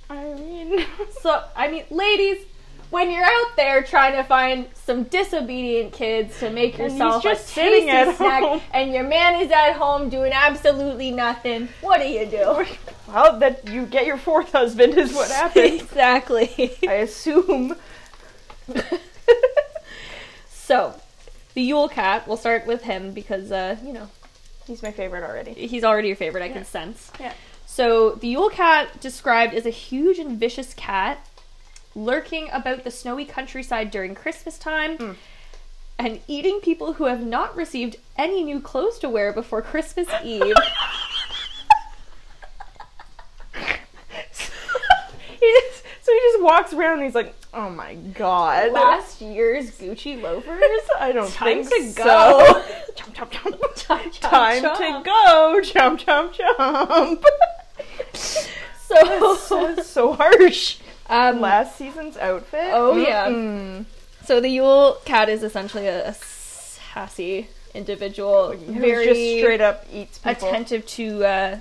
A: I mean
B: So, I mean, ladies, when you're out there trying to find some disobedient kids to make
A: And he's
B: yourself
A: just
B: a
A: sitting
B: tasty
A: at
B: snack,
A: home.
B: and your man is at home doing absolutely nothing, what do you do?
A: Well that you get your fourth husband is what happened.
B: exactly.
A: I assume.
B: so, the Yule Cat. We'll start with him because, uh, you know,
A: He's my favorite already.
B: he's already your favorite. I
A: Yeah.
B: can sense.
A: Yeah.
B: So, the Yule Cat described as a huge and vicious cat lurking about the snowy countryside during Christmas time
A: Hmm.
B: and eating people who have not received any new clothes to wear before Christmas Eve.
A: He just, so he just walks around and he's like, "Oh my god."
B: Last year's Gucci loafers.
A: I don't
B: Time
A: think
B: to
A: so.
B: go.
A: Chomp, chomp, chomp.
B: Chomp, chomp,
A: Time
B: chomp.
A: to go. Chomp, chomp, chomp.
B: So,
A: That's so harsh.
B: um,
A: Last season's outfit. Mm-hmm.
B: Oh, yeah.
A: Mm-mm.
B: so the Yule Cat is essentially a, a sassy individual,
A: Who
B: very
A: just straight up eats people.
B: attentive to uh,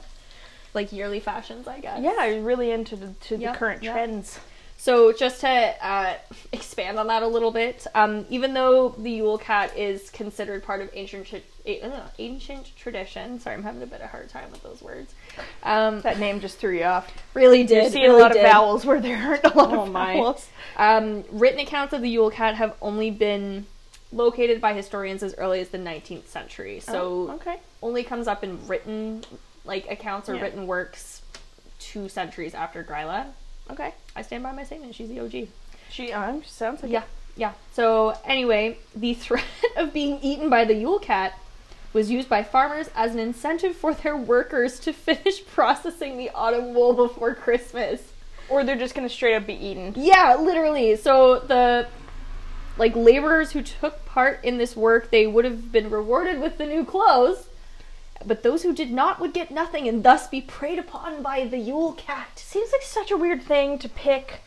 B: like yearly fashions, I guess.
A: Yeah, I'm really into the, to
B: Yep,
A: the current
B: yep.
A: trends.
B: So just to uh, expand on that a little bit, um, even though the Yule Cat is considered part of ancient tra- a- uh, ancient tradition, sorry, I'm having a bit of a hard time with those words. Um,
A: That name just threw you off.
B: really
A: You're
B: did
A: seeing a
B: really
A: lot
B: did.
A: of vowels where there aren't a lot
B: Oh,
A: of
B: my.
A: vowels.
B: Um, written accounts of the Yule Cat have only been located by historians as early as the 19th century, so
A: Oh, okay.
B: only comes up in written like accounts or
A: Yeah.
B: written works two centuries after Gryla.
A: Okay.
B: I stand by my statement. She's the OG.
A: She um, sounds like
B: Yeah, yeah. So anyway, the threat of being eaten by the Yule Cat was used by farmers as an incentive for their workers to finish processing the autumn wool before Christmas.
A: Or they're just gonna straight up be eaten.
B: Yeah, literally. So the like laborers who took part in this work, they would have been rewarded with the new clothes, but those who did not would get nothing and thus be preyed upon by the Yule Cat.
A: Seems like such a weird thing to pick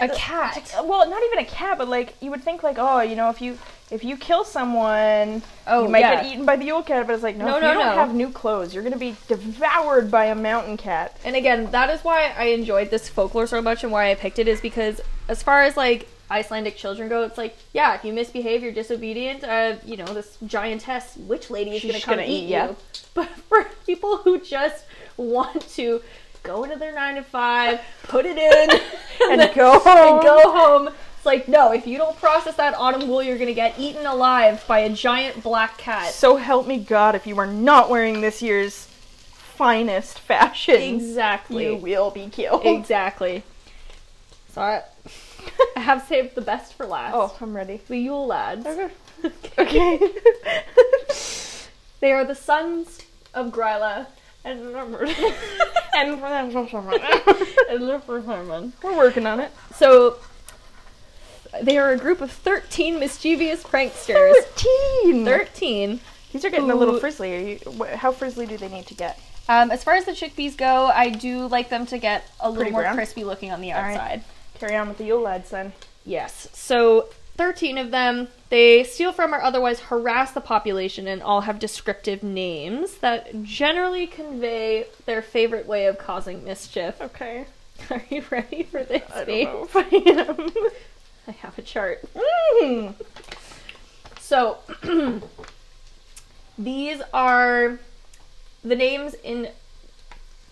B: A cat.
A: Uh, well not even a cat but like you would think like oh you know if you if you kill someone
B: Oh,
A: you might
B: yeah.
A: get eaten by the yule cat but it's like no,
B: No,
A: if
B: no,
A: you don't
B: no.
A: have new clothes you're gonna be devoured by a mountain cat
B: And again, that is why I enjoyed this folklore so much and why I picked it is because as far as like Icelandic children go, it's like, yeah, if you misbehave, you're disobedient, uh, you know, this giantess witch lady is
A: She's
B: going to come
A: gonna
B: eat
A: eat ya.
B: you. But for people who just want to go into their 9 to 5, put it in
A: and go home
B: and go home, it's like, no, if you don't process that autumn wool, you're going to get eaten alive by a giant black cat.
A: so help me god if you are not wearing this year's finest fashion
B: Exactly.
A: you will be killed
B: Exactly. So I, I have saved the best for last.
A: Oh, I'm ready.
B: The Yule lads.
A: Okay.
B: Okay. they are the sons of Gryla and
A: and for that,
B: and Lurfurman.
A: we're working on it.
B: So they are a group of 13 mischievous pranksters.
A: Thirteen.
B: 13.
A: These are getting a little
B: Ooh.
A: frizzly. Are you, wh- how frizzly do they need to get?
B: Um, as far as the chickpeas go, I do like them to get a
A: Pretty
B: little more
A: brown.
B: crispy looking on the
A: right.
B: outside.
A: Carry on with the Yule lad, son.
B: Yes. So 13 of them, they steal from or otherwise harass the population and all have descriptive names that generally convey their favorite way of causing mischief.
A: Okay.
B: Are you ready for this?
A: Oh. I
B: babe?
A: don't know if I am.
B: I have a chart.
A: Mm.
B: So these are the names in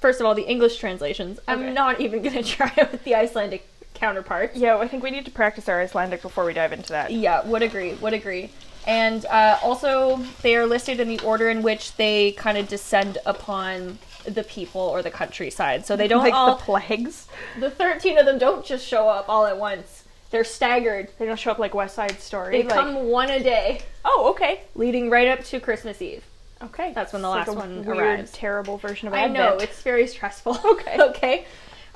B: first of all the English translations.
A: Okay.
B: I'm not even going to try it with the Icelandic counterparts.
A: Yeah, well, I think we need to practice our Icelandic before we dive into that.
B: Yeah, would agree, would agree. And uh, also, they are listed in the order in which they kind of descend upon the people or the countryside. So they don't
A: like
B: all.
A: the plagues.
B: The, 13 of them don't just show up all at once, they're staggered.
A: They don't show up like West Side Story.
B: They
A: like,
B: come one a day,
A: oh, okay,
B: leading right up to Christmas Eve.
A: okay.
B: That's when the
A: It's like
B: last
A: a
B: one
A: weird,
B: arrives.
A: Terrible version of
B: I
A: Advent.
B: know, it's very stressful.
A: Okay.
B: okay.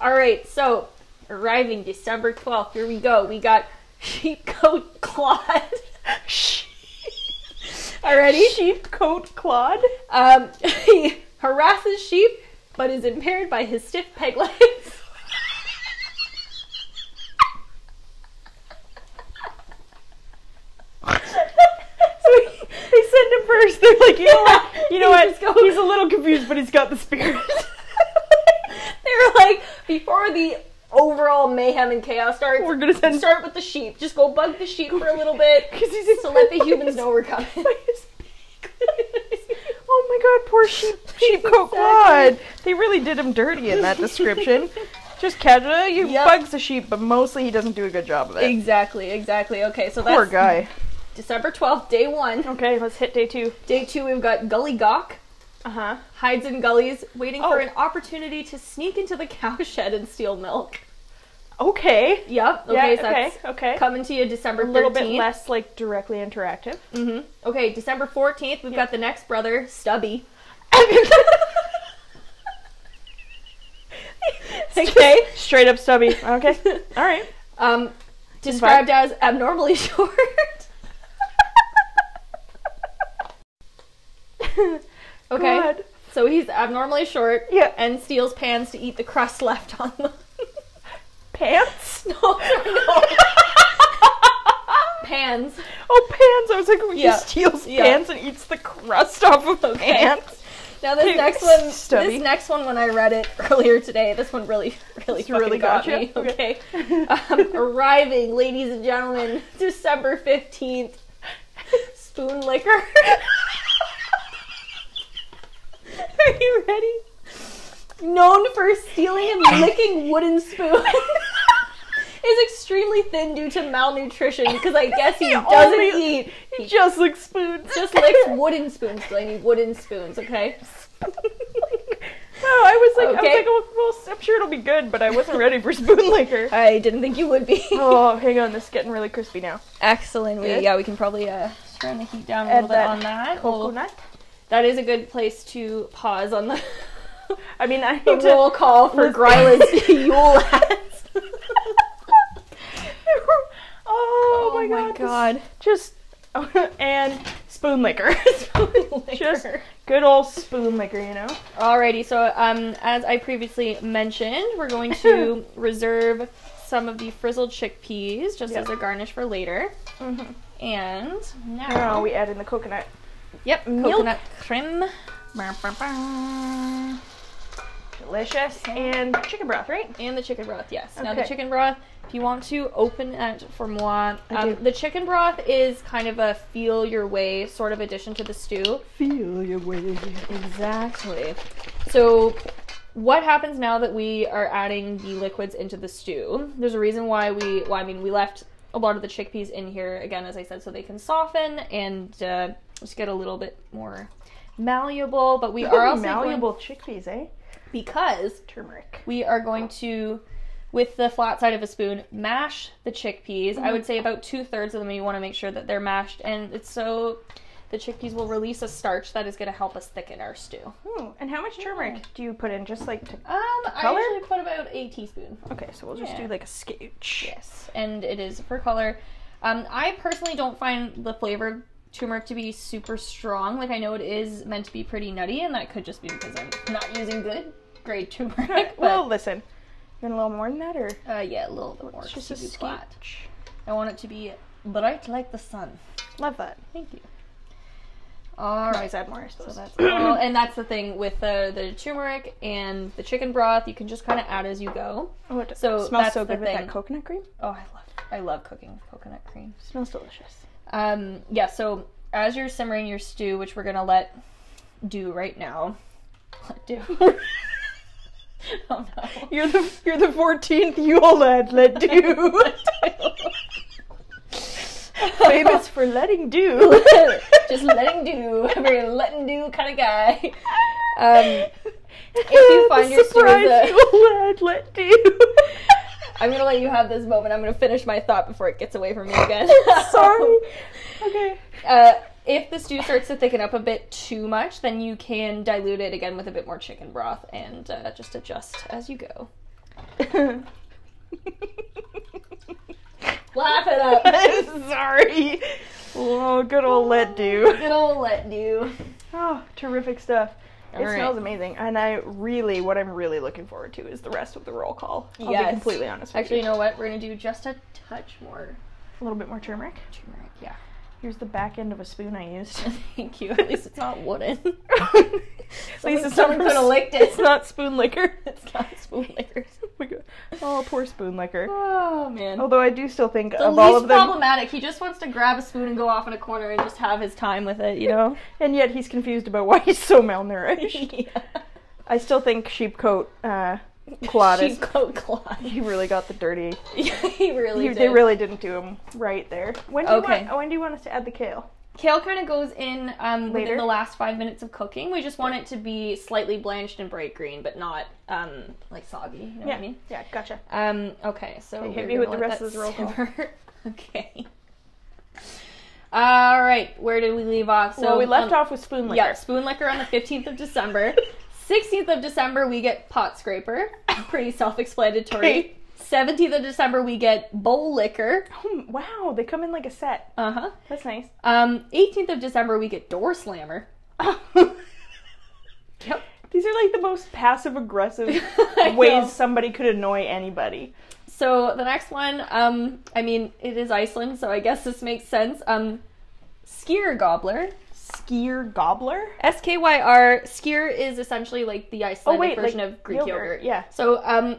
B: All right, so arriving December 12th, here we go. We got Sheepcoat Claude. Already?
A: sheep coat Claude.
B: Um, he harasses sheep, but is impaired by his stiff peg legs.
A: So he, they send him first. They're like, you know what? You know
B: He
A: what?
B: just goes-
A: He's a little confused, but he's got the spirit.
B: They're like, before the overall mayhem and chaos starts,
A: We're gonna send
B: start with the sheep. Just go bug the sheep for a little bit,
A: because he's
B: so let the humans know we're coming.
A: Oh my god, poor sheep, sheep coat Claude. They really did him dirty in that description. Just casual, he
B: Yep.
A: bugs the sheep, but mostly he doesn't do a good job of it.
B: Exactly, exactly. Okay, so that's
A: Poor guy.
B: December 12th, day one.
A: Okay, let's hit day two.
B: Day two, we've got Gully Gawk.
A: Uh huh.
B: Hides in gullies, waiting for
A: Oh.
B: an opportunity to sneak into the cow shed and steal milk.
A: Okay.
B: Yep.
A: Yeah,
B: Okay. so
A: okay.
B: that's
A: Okay.
B: coming to you December
A: A little bit
B: 13th.
A: less like directly interactive.
B: Mhm. Okay, December 14th, we've
A: Yeah.
B: got the next brother, Stubby.
A: okay. Straight up stubby. Okay. All right.
B: Um, described as abnormally short. okay.
A: God.
B: So he's abnormally short
A: Yeah.
B: and steals pans to eat the crust left on them.
A: Pants?
B: no, no. pans.
A: Oh, pants. I was like, he
B: Yeah.
A: steals
B: Yeah.
A: pants and eats the crust off of the
B: Okay.
A: pants.
B: Now this
A: Hey,
B: next one,
A: Stubby.
B: this next one, when I read it earlier today, this one really, really,
A: This really
B: fucking
A: got
B: got,
A: you?
B: me. Okay, um, arriving, ladies and gentlemen, December fifteenth. Spoon liquor. Are you ready? Known for stealing and licking wooden spoons. Is extremely thin due to malnutrition because I guess he,
A: He
B: doesn't
A: only-
B: eat.
A: He just licks spoons.
B: Just licks wooden spoons, Delaney. Wooden spoons, okay?
A: No, I was like, I
B: Okay.
A: was like, oh, well, I'm sure it'll be good, but I wasn't ready for spoon liquor.
B: I didn't think you would be.
A: Oh, hang on, this is getting really crispy now.
B: Excellent. We,
A: Good.
B: yeah, we can probably uh, turn the heat down a
A: Add
B: little bit
A: that
B: on that. We'll-
A: Coconut.
B: that is a good place to pause on the,
A: I mean, I
B: the
A: need to.
B: roll call for
A: Let's-
B: Gryla's Yule ads.
A: oh,
B: Oh
A: my god. this- Just and spoon liquor. Just good old spoon liquor, you know.
B: Alrighty, so um, as I previously mentioned, we're going to reserve some of the frizzled chickpeas just
A: Yep.
B: as a garnish for later.
A: Mm-hmm.
B: And now
A: Now Oh, we add in the coconut.
B: Yep,
A: Milk.
B: coconut cream. Bah, bah, bah.
A: Delicious and chicken broth, right?
B: And the chicken broth, yes. Now the
A: Okay.
B: chicken broth, if you want to open it for moi,
A: I
B: um,
A: do.
B: the chicken broth is kind of a feel your way sort of addition to the stew.
A: Feel your way.
B: Exactly. So what happens now that we are adding the liquids into the stew? There's a reason why we, well, I mean, we left a lot of the chickpeas in here again, as I said, so they can soften and uh, just get a little bit more malleable. But we are also going-
A: malleable chickpeas, eh?
B: because
A: Turmeric.
B: we are going to with the flat side of a spoon, mash the chickpeas. I would say about two thirds of them. You want to make sure that they're mashed, and it's so the chickpeas will release a starch that is going to help us thicken our stew.
A: Ooh, Hmm, and how much turmeric do you put in? Just like to.
B: Um,
A: Color?
B: I usually put about a teaspoon.
A: Okay, so we'll just
B: Yeah.
A: do like a scooch.
B: Yes, and it is for color. Um, I personally don't find the flavor turmeric to be super strong. Like I know it is meant to be pretty nutty, and that could just be because I'm not using good grade turmeric. But
A: Well, listen. Then a little more than that, or
B: uh, yeah, a little bit more.
A: it's just a
B: to be
A: scooch.
B: flat. I want it to be bright like the sun.
A: Love that.
B: Thank you. All right.
A: Always add more, I suppose.
B: So that's all, and that's the thing with the, the turmeric and the chicken broth. You can just kind of add as you go.
A: oh, it
B: so
A: smells
B: that's
A: so
B: the
A: good with that
B: thing.
A: coconut cream.
B: Oh, I love I love cooking with coconut cream.
A: smells delicious.
B: Um, yeah, so as you're simmering your stew, which we're gonna let do right now, let do. oh no.
A: You're the you're the fourteenth Yule lad let do. Famous for letting do.
B: Just letting do. I'm a letting do kind of guy. Um, if you find your stew
A: surprise
B: is a-
A: Yule lad let do.
B: I'm gonna let you have this moment. I'm gonna finish my thought before it gets away from me again.
A: Sorry. Okay.
B: Uh, if the stew starts to thicken up a bit too much, then you can dilute it again with a bit more chicken broth and uh, just adjust as you go. Laugh it up.
A: Sorry. Oh, good old let do.
B: Good old let do.
A: Oh, terrific stuff.
B: All
A: it
B: right.
A: smells amazing, and I really, what I'm really looking forward to is the rest of the roll call. I'll be
B: Yes.
A: completely honest. With
B: Actually, you
A: you.
B: know what? We're gonna do just a touch more
A: a little bit more turmeric.
B: turmeric. Yeah.
A: Here's the back end of a spoon I used.
B: Thank you. At least it's not wooden.
A: At least it's not
B: someone could have
A: lick.
B: licked it.
A: It's not spoon liquor.
B: It's not spoon liquor.
A: oh my god. Oh, poor spoon liquor.
B: Oh man.
A: Although I do still think
B: the
A: of all
B: least
A: of them,
B: problematic. He just wants to grab a spoon and go off in a corner and just have his time with it, you know?
A: and yet he's confused about why he's so malnourished.
B: yeah.
A: I still think sheepcoat uh, Claude is-
B: She's so Claude.
A: He really got the dirty.
B: he really
A: he-
B: did.
A: they really didn't do him right there. When do
B: Okay.
A: you want? When do you want us to add the kale?
B: Kale kind of goes in um,
A: Later?
B: within the last five minutes of cooking. We just want it to be slightly blanched and bright green, but not um, like soggy. You know what I mean?
A: yeah, gotcha.
B: Um, okay, so
A: Hey, hit
B: we're
A: me with
B: gonna
A: the
B: let
A: rest of
B: that
A: this roll call.
B: simmer. okay. All right, where did we leave off? So
A: well, we left
B: um,
A: off with spoon liquor.
B: Yeah, spoon liquor on the 15th of December. 16th of December, we get pot scraper. Pretty self explanatory.
A: Okay.
B: 17th of December, we get bowl liquor.
A: Hmm, wow, they come in like a set.
B: Uh huh.
A: That's nice.
B: Um, 18th of December, we get door slammer. Yep.
A: These are like the most passive aggressive
B: I know.
A: ways somebody could annoy anybody.
B: So the next one, um, I mean, it is Iceland, so I guess this makes sense. Um, skier gobbler.
A: Skier gobbler.
B: S K Y R. Skier is essentially like the Icelandic
A: Oh, wait,
B: version
A: like
B: of Greek
A: yogurt,
B: yogurt.
A: yeah.
B: So um,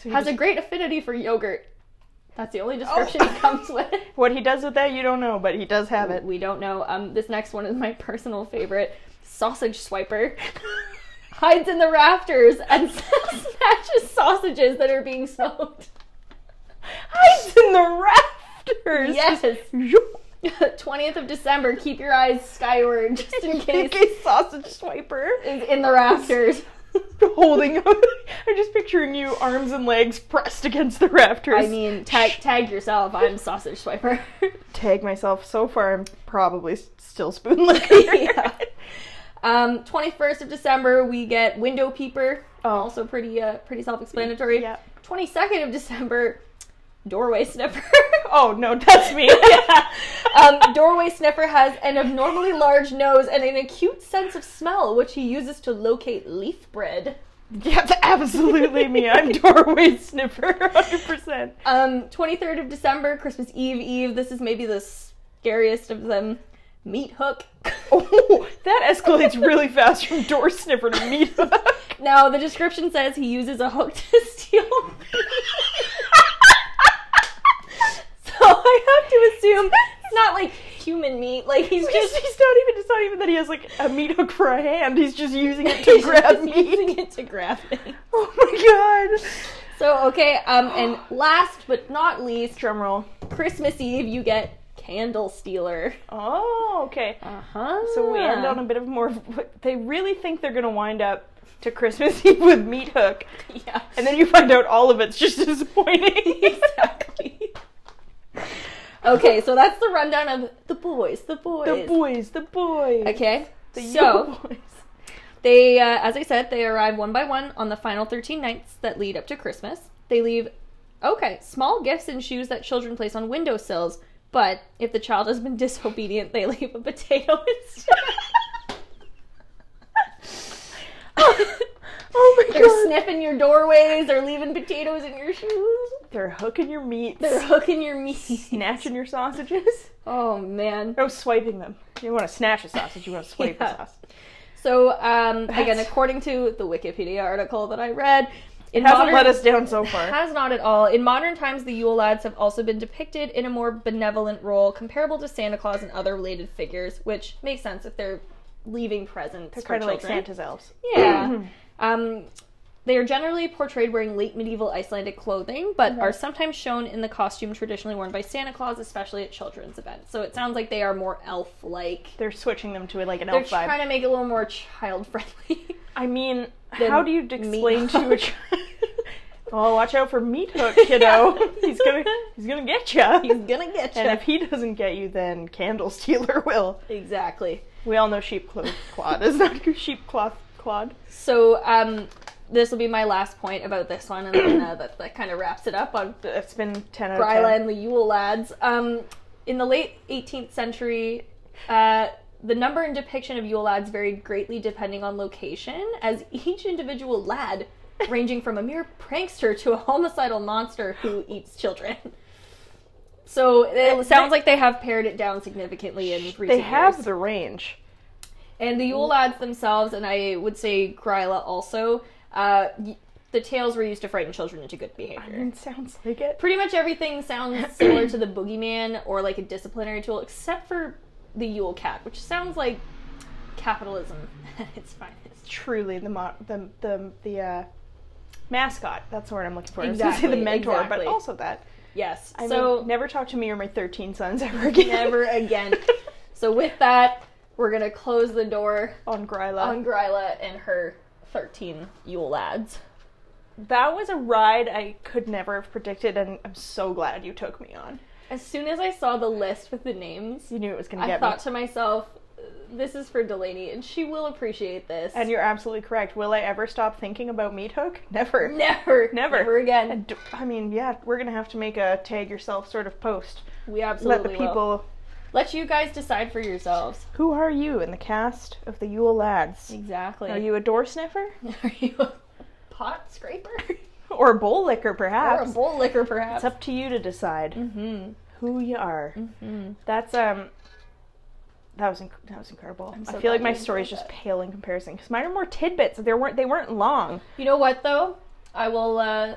A: So you
B: has a
A: just- Oh.
B: great affinity for yogurt. That's the only description it comes with.
A: What he does with that, you don't know, but he does have it.
B: We don't know. Um, this next one is my personal favorite. Sausage swiper hides in the rafters and snatches sausages that are being sold.
A: Hides in the rafters.
B: Yes.
A: Yoop.
B: 20th of December, keep your eyes skyward just in
A: In
B: case
A: case sausage swiper
B: is in the rafters.
A: holding. I'm just picturing you, arms and legs pressed against the rafters.
B: I mean, tag tag yourself. I'm sausage swiper.
A: tag myself. So far, I'm probably s- still spoon liquor.
B: Yeah. Um, 21st of December, we get Window Peeper. Also pretty uh, pretty self-explanatory.
A: Yeah.
B: 22nd of December, Doorway Sniffer.
A: Oh no, that's me.
B: um, doorway Sniffer has an abnormally large nose and an acute sense of smell, which he uses to locate leaf bread.
A: Yeah, that's absolutely me. I'm doorway sniffer, 100%.
B: Um, 23rd of December, Christmas Eve Eve. This is maybe the scariest of them. Meat hook.
A: Oh, that escalates really fast from door sniffer to meat hook.
B: Now, the description says he uses a hook to steal. so I have to assume it's not like human meat. Like he's
A: He's,
B: just
A: he's not even. It's not even that he has like a meat hook for a hand. He's just using it to
B: he's
A: grab
B: just
A: meat.
B: using it to grab things.
A: Oh my god!
B: So okay, um, and last but not least,
A: Drum roll.
B: Christmas Eve you get candle stealer.
A: Oh, okay.
B: Uh huh.
A: Uh-huh.
B: Ah.
A: So we end on a bit of more. They really think they're gonna wind up to Christmas Eve with Meat Hook,
B: Yeah.
A: and then you find out all of it's just disappointing.
B: exactly. Okay, so that's the rundown of the boys. The boys.
A: The boys, the boys.
B: Okay.
A: The
B: so
A: yo boys.
B: they, uh, as I said, they arrive one by one on the final thirteen nights that lead up to Christmas. They leave, okay, small gifts and shoes that children place on windowsills. But if the child has been disobedient, they leave a potato instead.
A: Oh my
B: They're
A: god.
B: sniffing your doorways. They're leaving potatoes in your shoes.
A: They're hooking your meats.
B: They're hooking your meat.
A: snatching your sausages.
B: Oh man.
A: No, swiping them. You want to snatch a sausage, you want to swipe
B: Yeah.
A: a sausage.
B: So um, again,
A: That's-
B: according to the Wikipedia article that I read, in
A: It hasn't
B: modern-
A: let us down so far.
B: Has not at all. In modern times, the Yule lads have also been depicted in a more benevolent role, comparable to Santa Claus and other related figures, which makes sense if they're leaving presents
A: They're
B: for
A: kind of like
B: children.
A: Santa's elves.
B: Yeah. um, they are generally portrayed wearing late medieval Icelandic clothing, but
A: Mm-hmm.
B: are sometimes shown in the costume traditionally worn by Santa Claus, especially at children's events. So it sounds like they are more elf like.
A: They're switching them to like an
B: They're
A: elf vibe.
B: trying to make it a little more child friendly.
A: I mean,
B: Then
A: how do you
B: meat
A: explain to a
B: hook.
A: child? Oh, watch out for meat hook, kiddo. He's gonna, he's gonna get you.
B: He's gonna get
A: and if
B: you.
A: he doesn't get you, then candle stealer will.
B: Exactly.
A: We all know sheep clo- clod is not sheep cloth clod.
B: So um, this will be my last point about this one, and then uh, that, that kind of wraps it up on
A: It's been ten out of
B: Bryla
A: ten.
B: and the Yule lads. Um, in the late 18th century, uh, the number and depiction of Yule lads varied greatly depending on location, as each individual lad, ranging from a mere prankster to a homicidal monster who eats children. So it sounds like they have pared it down significantly in recent
A: They have
B: years.
A: the range.
B: And the Yule lads themselves, and I would say Gryla also, uh, y- the tales were used to frighten children into good
A: I
B: behavior
A: mean, sounds like it.
B: pretty much everything sounds similar to the boogeyman or like a disciplinary tool, except for the Yule Cat, which sounds like capitalism at its finest.
A: Truly, the mo- the the the uh, mascot. That's the word I'm looking for. I was gonna say
B: Exactly,
A: the mentor,
B: exactly.
A: but also that.
B: Yes.
A: I
B: so
A: mean, never talk to me or my 13 sons ever again.
B: never again. so with that, we're gonna close the door
A: on Gryla.
B: on Gryla and her thirteen Yule lads.
A: That was a ride I could never have predicted, and I'm so glad you took me on.
B: As soon as I saw the list with the names,
A: You knew it was going to
B: I
A: get
B: thought
A: me.
B: to myself, "This is for Delaney, and she will appreciate this."
A: And you're absolutely correct. Will I ever stop thinking about Meat Hook? Never.
B: never,
A: Never.
B: never again.
A: And, I mean, yeah, we're going to have to make a tag yourself sort of post.
B: we
A: Let
B: absolutely
A: the
B: will.
A: people.
B: Let you guys decide for yourselves.
A: Who are you in the cast of the Yule Lads?
B: Exactly.
A: Are you a door sniffer?
B: Are you a pot scraper?
A: Or a bowl licker,
B: or a
A: perhaps?
B: bowl licker, perhaps?
A: It's up Mm-hmm. to you to decide
B: hmm
A: who you are.
B: hmm
A: That's um. That was inc- that was incredible.
B: I'm so
A: I feel like
B: glad
A: my
B: you
A: story is
B: enjoyed
A: just
B: that.
A: pale in comparison because mine are more tidbits. They weren't they weren't long.
B: You know what, though? I will uh,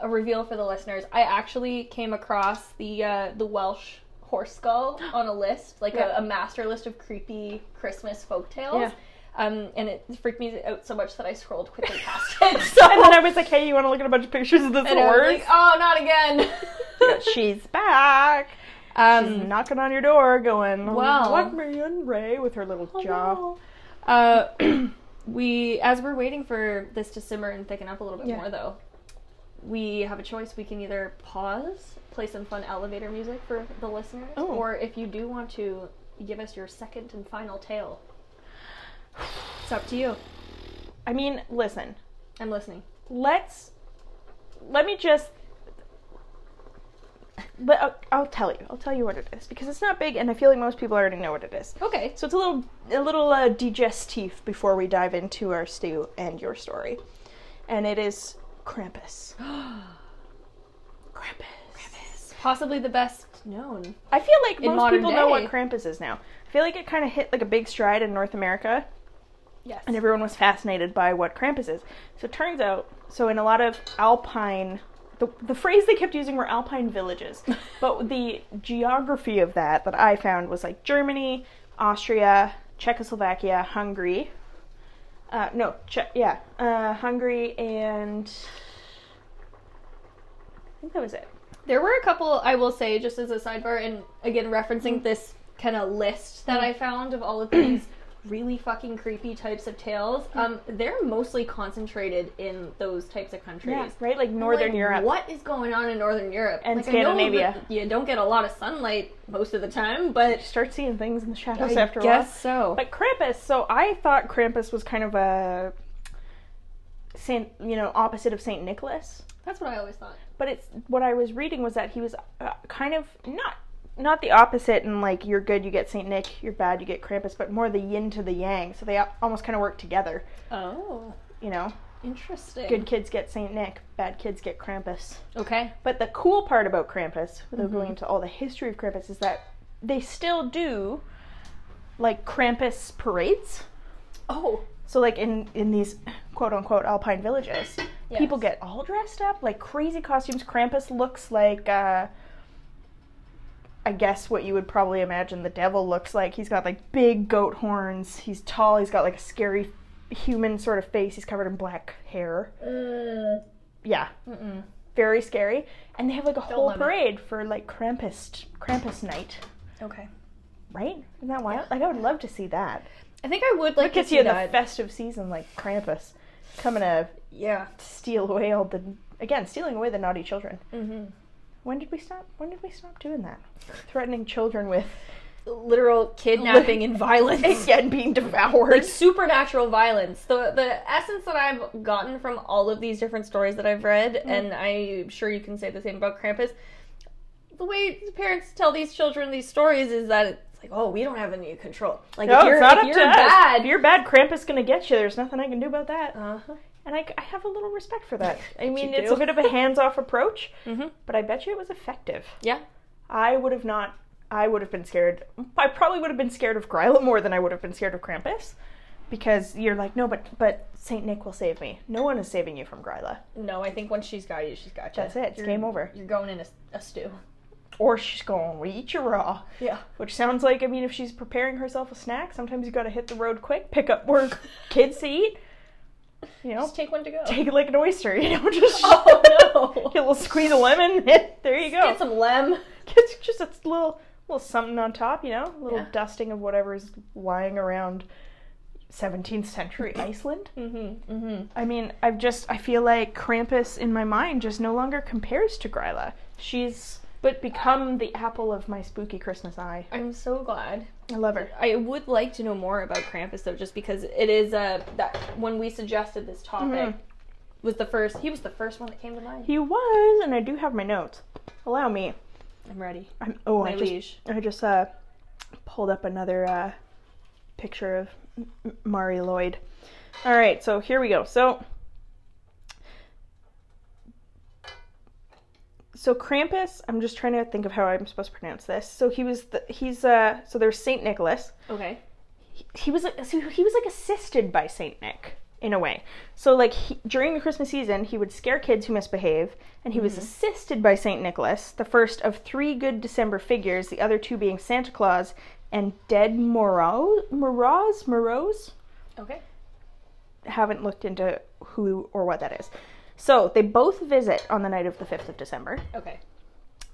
B: a reveal for the listeners. I actually came across the uh, the Welsh horse skull on a list, like
A: Yeah.
B: a, a master list of creepy Christmas folktales.
A: Yeah.
B: Um, and it freaked me out so much that I scrolled quickly past it. So,
A: and then I was like, hey, you want to look at a bunch of pictures of this
B: and I was
A: horse?
B: like, "Ah." oh, not again.
A: But She's back.
B: um,
A: Knocking on your door, going,
B: Well. Oh,
A: well, what Marion Ray with her little jaw.
B: Uh, we, as we're waiting for this to simmer and thicken up a little bit
A: Yeah.
B: more, though, we have a choice. We can either pause, play some fun elevator music for the listeners,
A: Oh.
B: or if you do want to, give us your second and final tale. It's up to you.
A: I mean, listen,
B: I'm listening.
A: let's let me just. But I'll, I'll tell you. I'll tell you what it is because it's not big, and I feel like most people already know what it is.
B: Okay.
A: So it's a little a little uh, digestif before we dive into our stew and your story, and it is Krampus. Krampus.
B: Possibly the best known.
A: I feel like
B: In
A: most
B: modern
A: people know
B: day.
A: what Krampus is now. I feel like it kind of hit like a big stride in North America,
B: Yes.
A: and everyone was fascinated by what Krampus is. So it turns out, so in a lot of alpine, the, the phrase they kept using were alpine villages, but the geography of that that I found was like Germany, Austria, Czechoslovakia, Hungary. Uh, no, che- yeah, uh, Hungary and I think that was it.
B: There were a couple, I will say, just as a sidebar, and again referencing this kind of list that I found of all the things really fucking creepy types of tales, um, they're mostly concentrated in those types of countries.
A: Yeah, right? Like
B: I'm
A: Northern
B: like,
A: Europe.
B: What is going on in Northern Europe
A: And
B: Like, I know
A: Scandinavia.
B: that You don't get a lot of sunlight most of the time, but
A: Start seeing things in the shadows
B: I
A: after a while.
B: guess so.
A: But Krampus, so I thought Krampus was kind of a Saint, you know, opposite of Saint Nicholas.
B: That's what I always thought.
A: But it's what I was reading was that he was uh, kind of not not the opposite in like you're good you get Saint Nick, you're bad you get Krampus, but more the yin to the yang. So they al- almost kind of work together,
B: Oh,
A: you know.
B: interesting.
A: Good kids get Saint Nick, bad kids get Krampus.
B: Okay.
A: But the cool part about Krampus, without going into all the history of Krampus, is that they still do like Krampus parades.
B: Oh,
A: So like in in these quote unquote alpine villages,
B: Yes.
A: people get all dressed up like crazy costumes. Krampus looks like uh I guess what you would probably imagine the devil looks like. He's got like big goat horns. He's tall. He's got like a scary human sort of face. He's covered in black hair. Yeah.
B: Mm-mm.
A: Very scary. And they have like a whole
B: let me.
A: parade for like Krampus Krampus night,
B: okay.
A: right? Isn't that wild? Like I would love to see that.
B: I think I would like
A: It
B: to
A: gets
B: see
A: you in the
B: that.
A: festive season like Krampus coming to
B: yeah.
A: steal away all the again stealing away the naughty children
B: hmm
A: when did we stop when did we stop doing that threatening children with
B: Literal kidnapping and violence.
A: again being devoured
B: like supernatural violence. The the essence that I've gotten from all of these different stories that I've read, and I'm sure you can say the same about Krampus. The way the parents tell these children these stories is that it's like, oh, we don't have any control. Like if you're, if you're
A: if
B: bad,
A: you're bad krampus gonna get you there's nothing i can do about that
B: Uh-huh.
A: and i, I have a little respect for that i
B: Bet
A: mean
B: you
A: it's
B: do.
A: a bit of a hands-off approach
B: hmm
A: but i bet you it was effective
B: Yeah.
A: i would have not i would have been scared i probably would have been scared of gryla more than i would have been scared of krampus because you're like no but but saint nick will save me no one is saving you from gryla
B: No, I think once she's got you, she's got you.
A: That's it. It's
B: You're-
A: game over.
B: You're going in a, a stew.
A: or she's going to eat you raw.
B: Yeah.
A: Which sounds like, I mean, if she's preparing herself a snack, sometimes you gotta hit the road quick, pick up more kids to eat. You know,
B: Just take one to go.
A: take it like an oyster, you know, just
B: oh no.
A: get a little squeeze of lemon, and there you go.
B: Get some lem.
A: Get just a little, little something on top, you know, a little
B: Yeah.
A: dusting of whatever's lying around 17th century Iceland.
B: Mm-hmm. Mm-hmm.
A: I mean, I've just, I feel like Krampus in my mind just no longer compares to Gryla. She's
B: But
A: become the apple of my spooky Christmas eye.
B: I'm so glad.
A: I love her.
B: I would like to know more about Krampus though, just because it is uh, that when we suggested this topic
A: Mhm.
B: was the first. He was the first one that came to mind.
A: He was, and I do have my notes. Allow me.
B: I'm ready.
A: I'm, oh,
B: My
A: I just,
B: liege.
A: I just uh, pulled up another uh, picture of M- M- Mari Lloyd. All right, so here we go. So, so Krampus. I'm just trying to think of how I'm supposed to pronounce this. So he was the he's uh so there's Saint Nicholas.
B: Okay.
A: he was like so he was like assisted by Saint Nick in a way. So like he, during the Christmas season, he would scare kids who misbehave, and he was assisted by Saint Nicholas, the first of three good December figures, the other two being Santa Claus and Dead Moroz Moroz Moroz.
B: Okay.
A: Haven't looked into who or what that is. So they both visit on the night of the fifth of December.
B: Okay.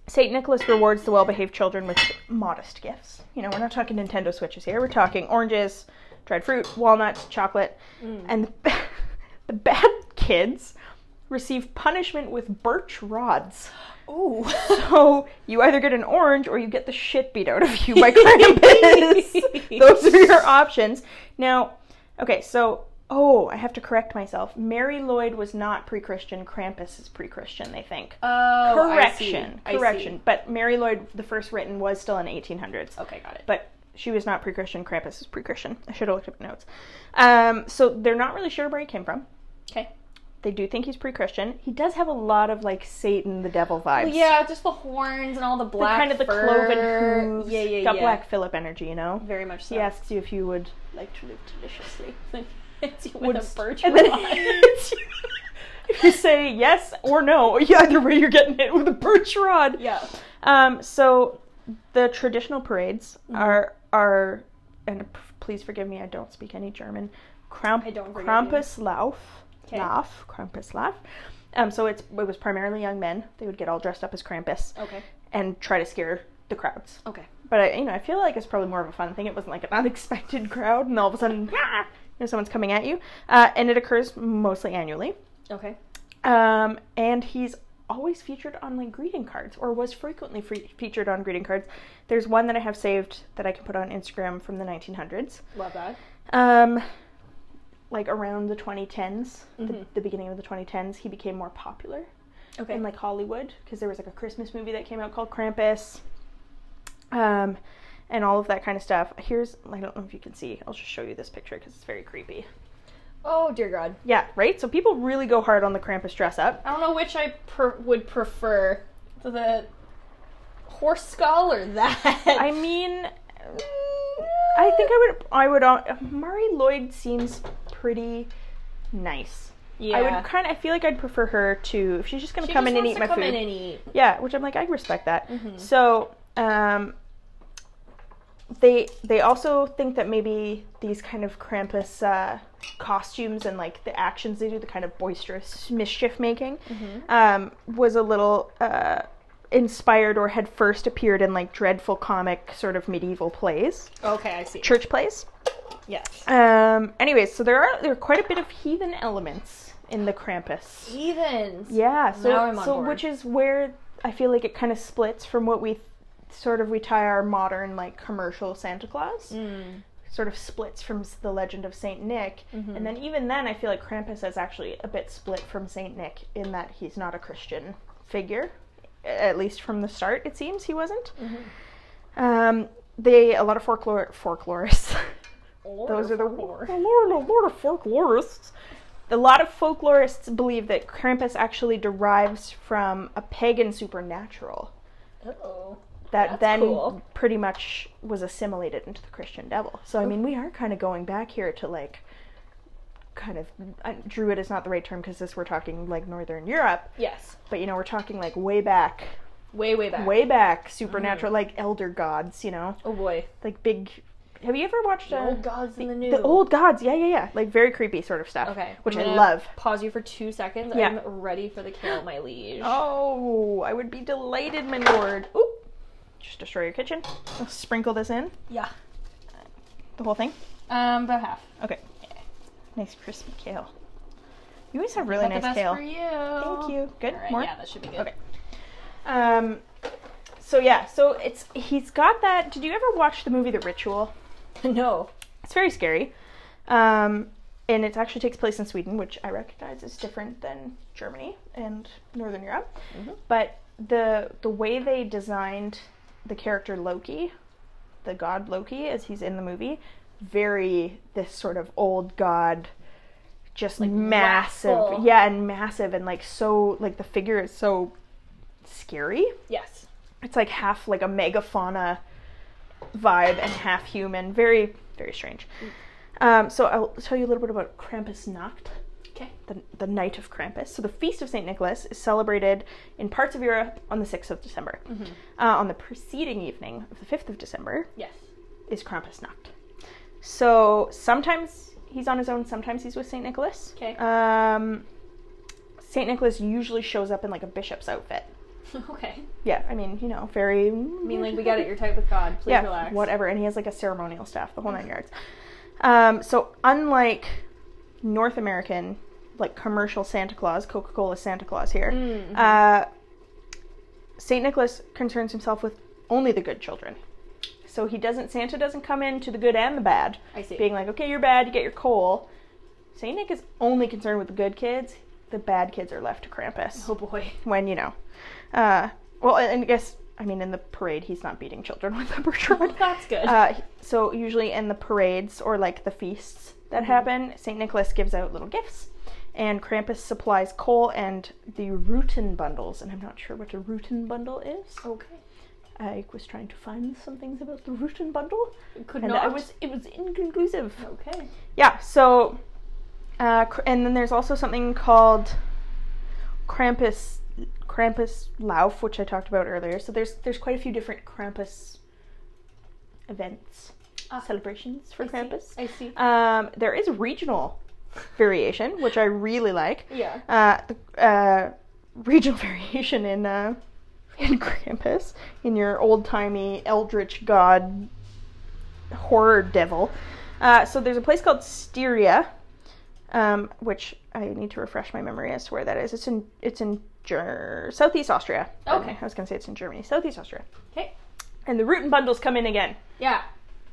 A: St. Nicholas rewards the well behaved children with modest gifts. You know, we're not talking Nintendo Switches here. We're talking oranges, dried fruit, walnuts, chocolate. And the, the bad kids receive punishment with birch rods.
B: Ooh.
A: So you either get an orange or you get the shit beat out of you by Krampus. Those are your options. Now, okay, so. Oh, I have to correct myself. Mary Lloyd was not pre Christian. Krampus is pre Christian, they think
B: oh.
A: correction
B: I see.
A: correction
B: I see.
A: but mary lloyd the first written was still in the 1800s
B: Okay, got it.
A: but she was not pre-christian krampus is pre-christian i should have looked up notes um, so they're not really sure where he came from
B: okay.
A: they do think he's pre-christian he does have a lot of like satan the devil vibes
B: Well, yeah, just the horns and all the
A: The
B: black.
A: kind of the
B: fur.
A: cloven hooves
B: Yeah, yeah,
A: got
B: yeah.
A: black philip energy you know
B: Very much so.
A: he asks you if you would like to live deliciously
B: it's you
A: would
B: with a birch
A: and then-
B: rod.
A: if you say yes or no either way you're getting hit with a birch rod
B: yeah.
A: Um, so the traditional parades
B: Mm-hmm.
A: are are, and p- please forgive me, I don't speak any German. Kramp-
B: I don't forgive
A: Krampuslauf,
B: Okay.
A: Lauf, Krampuslauf. Um, so it's it
B: Oh.
A: was primarily young men. They would get all dressed up as Krampus
B: Okay.
A: and try to scare the crowds.
B: Okay.
A: But I, you know, I feel like it's probably more of a fun thing. It wasn't like an unexpected crowd, and all of a sudden, ah, you know, someone's coming at you. Uh, and it occurs mostly annually.
B: Okay.
A: Um, and he's always featured on like greeting cards, or was frequently free- featured on greeting cards. There's one that I have saved that I can put on Instagram from the 1900s,
B: Love that.
A: um, like around the 2010s, the,
B: Mhm.
A: the beginning of the 2010s. He became more popular
B: Okay.
A: in like Hollywood because there was like a Christmas movie that came out called Krampus, um, and all of that kind of stuff. Here's I don't know if you can see. I'll just show you this picture because it's very creepy.
B: oh dear God.
A: Yeah, right. So people really go hard on the Krampus dress up.
B: I don't know which I per- would prefer, the horse skull or that.
A: I mean, mm, I think I would. I would. uh, Mari Lloyd seems pretty nice.
B: Yeah.
A: I would kind of. I feel like I'd prefer her to if she's just gonna
B: She
A: come
B: just
A: in and
B: wants
A: eat my
B: to come
A: food.
B: in and eat.
A: Yeah, which I'm like, I respect that.
B: Mhm.
A: So, um, they they also think that maybe these kind of Krampus uh, costumes and like the actions they do, the kind of boisterous mischief making, um, was a little uh, inspired or had first appeared in like dreadful comic sort of medieval plays,
B: Okay, I see.
A: church plays.
B: Yes.
A: Um, anyways, so there are there are quite a bit of heathen elements in the Krampus.
B: Heathens.
A: Yeah, so
B: Now I'm on
A: so
B: board.
A: which is where I feel like it kind of splits from what we th- sort of we tie our modern like commercial Santa Claus
B: Mm.
A: sort of splits from s- the legend of Saint Nick,
B: Mhm.
A: and then even then I feel like Krampus is actually a bit split from Saint Nick in that he's not a Christian figure, A- at least from the start it seems he wasn't.
B: Mm.
A: Um, they a lot of folklore folklorists. Those are the
B: war.
A: A lot, a lot of folklorists. A lot of folklorists believe that Krampus actually derives from a pagan supernatural
B: Uh-oh.
A: that
B: That's
A: then
B: cool.
A: pretty much was assimilated into the Christian devil. So I mean, we are kind of going back here to like kind of uh, druid is not the right term because this we're talking like northern Europe,
B: Yes.
A: but you know, we're talking like way back,
B: Way, way back. Mm-hmm.
A: way back supernatural like elder gods, you know.
B: Oh boy.
A: Like big have you ever watched
B: The
A: uh,
B: old gods in the new.
A: the old gods, yeah, yeah, yeah. Like very creepy sort of stuff.
B: Okay.
A: Which
B: I'm
A: I
B: gonna
A: love.
B: Pause you for two seconds.
A: Yeah.
B: I'm ready for the kill, my liege.
A: Oh, I would be delighted, my lord. Oop. Just destroy your kitchen. I'll sprinkle this in.
B: Yeah.
A: The whole thing.
B: Um, about half.
A: Okay. Nice crispy kale. You always have really
B: Not the
A: nice
B: best
A: kale.
B: for you.
A: Thank you. Good.
B: All right,
A: More.
B: Yeah, that should be good.
A: Okay. Um. So yeah. So it's he's got that. Did you ever watch the movie The Ritual?
B: no.
A: It's very scary. Um, and it actually takes place in Sweden, which I recognize is different than Germany and Northern Europe.
B: Mhm.
A: But the the way they designed the character Loki, the god Loki, as he's in the movie, very this sort of old god, just like massive,
B: wrathful.
A: yeah, and massive, and like so like the figure is so scary.
B: Yes.
A: It's like half like a megafauna vibe and half human. Very, very strange. Um, so I'll tell you a little bit about Krampusnacht,
B: Okay.
A: the, the night of Krampus. So the Feast of St. Nicholas is celebrated in parts of Europe on the 6th of December.
B: Mm-hmm.
A: Uh, on the preceding evening of the 5th of December
B: Yes.
A: is Krampusnacht. So sometimes he's on his own, sometimes he's with St. Nicholas.
B: 'Kay.
A: Um, St. Nicholas usually shows up in like a bishop's outfit.
B: okay.
A: Yeah, I mean, you know, very. I
B: I mean, like, we got it. You're tight with God. Please
A: yeah,
B: relax.
A: whatever. And he has like a ceremonial staff, the whole nine yards. Um, so unlike North American, like commercial Santa Claus, Coca Cola Santa Claus here,
B: Mhm.
A: uh, Saint Nicholas concerns himself with only the good children. So he doesn't. Santa doesn't come in to the good and the bad,
B: I see.
A: being like, okay, you're bad, you get your coal. Saint Nick is only concerned with the good kids. The bad kids are left to Krampus
B: oh boy.
A: when you know uh well and and i guess i mean in the parade he's not beating children with a bertrand
B: That's good.
A: uh so usually in the parades or like the feasts that
B: Mhm.
A: happen saint nicholas gives out little gifts and krampus supplies coal and the rutin bundles and i'm not sure what a rutin bundle is
B: okay.
A: i was trying to find some things about the rutin bundle
B: Could
A: and
B: not.
A: i was it was inconclusive
B: Okay.
A: yeah, so uh, cr- and then there's also something called Krampus Krampus Lauf, which I talked about earlier. So there's there's quite a few different Krampus events,
B: Ah,
A: celebrations for
B: I see,
A: Krampus.
B: I see.
A: Um, there is regional variation, which I really like.
B: Yeah.
A: Uh, the uh, regional variation in uh, and Krampus in your old timey eldritch god horror devil. Uh, so there's a place called Styria, um, which I need to refresh my memory as to where that is. It's in it's in Ger- southeast Austria. Um,
B: Okay.
A: I was gonna say it's in Germany, southeast Austria.
B: Okay.
A: And the rootin' bundles come in again.
B: Yeah.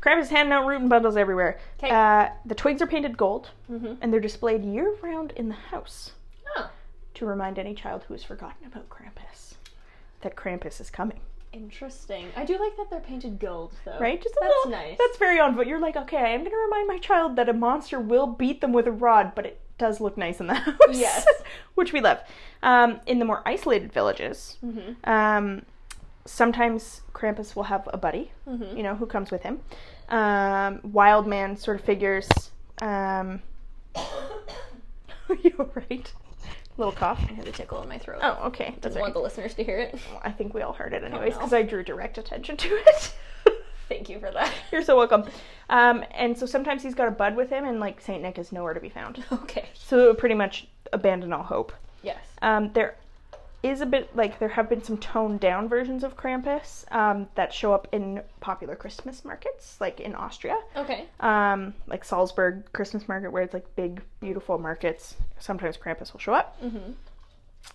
A: Krampus is handing out rootin' bundles everywhere.
B: 'Kay.
A: Uh, the twigs are painted gold,
B: Mhm.
A: and they're displayed year round in the house
B: Oh,
A: to remind any child who has forgotten about Krampus that Krampus is coming.
B: interesting. I do like that they're painted gold though.
A: Right? Just a
B: Oh, That's
A: little.
B: nice.
A: That's very on. But you're like, okay, I am going to remind my child that a monster will beat them with a rod, but it does look nice in the house.
B: Yes.
A: which we love. Um, in the more isolated villages,
B: Mhm.
A: um, sometimes Krampus will have a buddy,
B: Mhm.
A: you know, who comes with him. Um, wild man sort of figures. Um, are you alright? Little cough.
B: I had a tickle in my throat.
A: Oh, okay. That's all
B: Didn't
A: right.
B: want the listeners to hear it.
A: Well, I think we all heard it anyways
B: no.
A: because I drew direct attention to it.
B: Thank you for that.
A: You're so welcome. Um, and so sometimes he's got a bud with him, and like Saint Nick is nowhere to be found.
B: Okay.
A: So it would pretty much abandon all hope.
B: Yes.
A: Um, there is a bit like there have been some toned down versions of Krampus um, that show up in popular Christmas markets, like in Austria,
B: Okay.
A: um, like Salzburg Christmas market, where it's like big, beautiful markets. Sometimes Krampus will show up.
B: Mhm.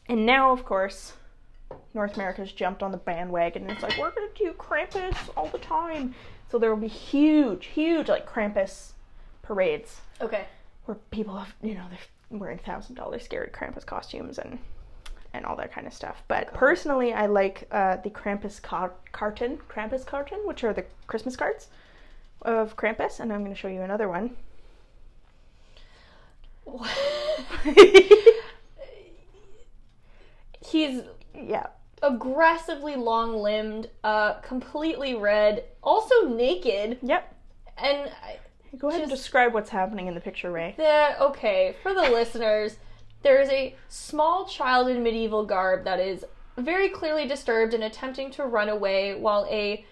A: And now, of course, North America's jumped on the bandwagon and it's like, we're going to do Krampus all the time. So there will be huge, huge, like, Krampus parades
B: Okay.
A: where people have, you know, they're wearing $1,000 scary Krampus costumes and and all that kind of stuff. But personally, I like uh, the Krampus car- carton, Krampus carton, which are the Christmas cards of Krampus. And I'm going to show you another one.
B: He's
A: yeah.
B: aggressively long-limbed, uh, completely red, also naked,
A: Yep.
B: and I-
A: Go ahead and
B: Just-
A: describe what's happening in the picture, Ray.
B: the okay for the listeners, there is a small child in medieval garb that is very clearly disturbed and attempting to run away, while a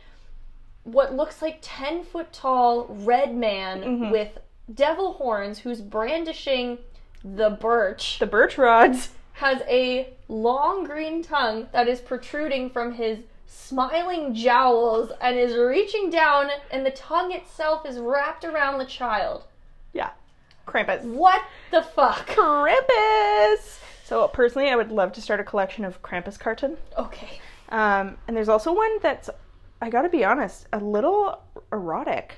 B: what looks like ten foot tall red man
A: Mhm.
B: with devil horns who's brandishing the birch
A: The birch rods.
B: has a long green tongue that is protruding from his smiling jowls and is reaching down, and the tongue itself is wrapped around the child.
A: Yeah. Krampus.
B: What the fuck?
A: Krampus! So, personally, I would love to start a collection of Krampus carton.
B: Okay.
A: Um, and there's also one that's, I gotta be honest, a little erotic.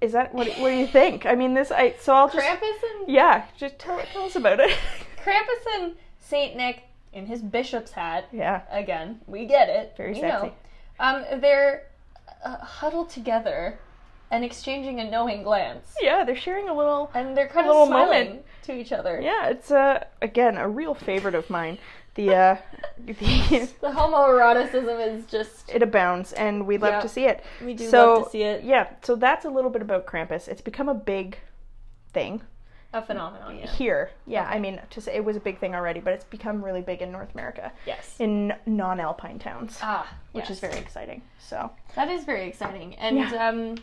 A: Is that, what, what do you think? I mean, this, I, so I'll just,
B: Krampus and
A: yeah, just tell, tell us about it.
B: Krampus and Saint Nick in his bishop's hat.
A: yeah.
B: Again, we get it.
A: Very
B: we
A: sexy.
B: Know. Um, they're uh, huddled together and exchanging a knowing glance,
A: Yeah, they're sharing a little,
B: and they're kind
A: A little
B: of smiling
A: moment.
B: to each other.
A: yeah, it's, uh, again, a real favorite of mine. The, uh, the,
B: The homoeroticism is just
A: it abounds and we love
B: Yeah.
A: to see it.
B: We do
A: so,
B: love to see it.
A: Yeah, so that's a little bit about Krampus. It's become a big thing
B: a phenomenon. Yeah.
A: here. Yeah, I mean, to say it was a big thing already, but it's become really big in North America
B: Yes.
A: in non-alpine towns,
B: ah,
A: which
B: yes.
A: is very exciting. So,
B: That is very exciting, and
A: Yeah.
B: um,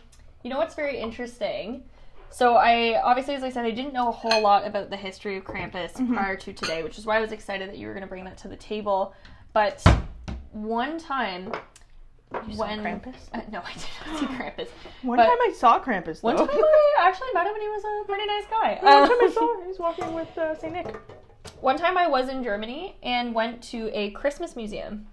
B: you know what's very interesting. So I obviously, as I said, I didn't know a whole lot about the history of Krampus
A: Mm-hmm.
B: prior to today, which is why I was excited that you were going to bring that to the table. But one time when
A: Krampus?
B: uh, no, I did not see Krampus.
A: One
B: But-
A: time I saw Krampus. Though.
B: One time I actually met him, and he was a pretty nice guy.
A: One time I
B: Um,
A: saw him. He was walking with uh, Saint Nick.
B: one time I was in Germany and went to a Christmas museum.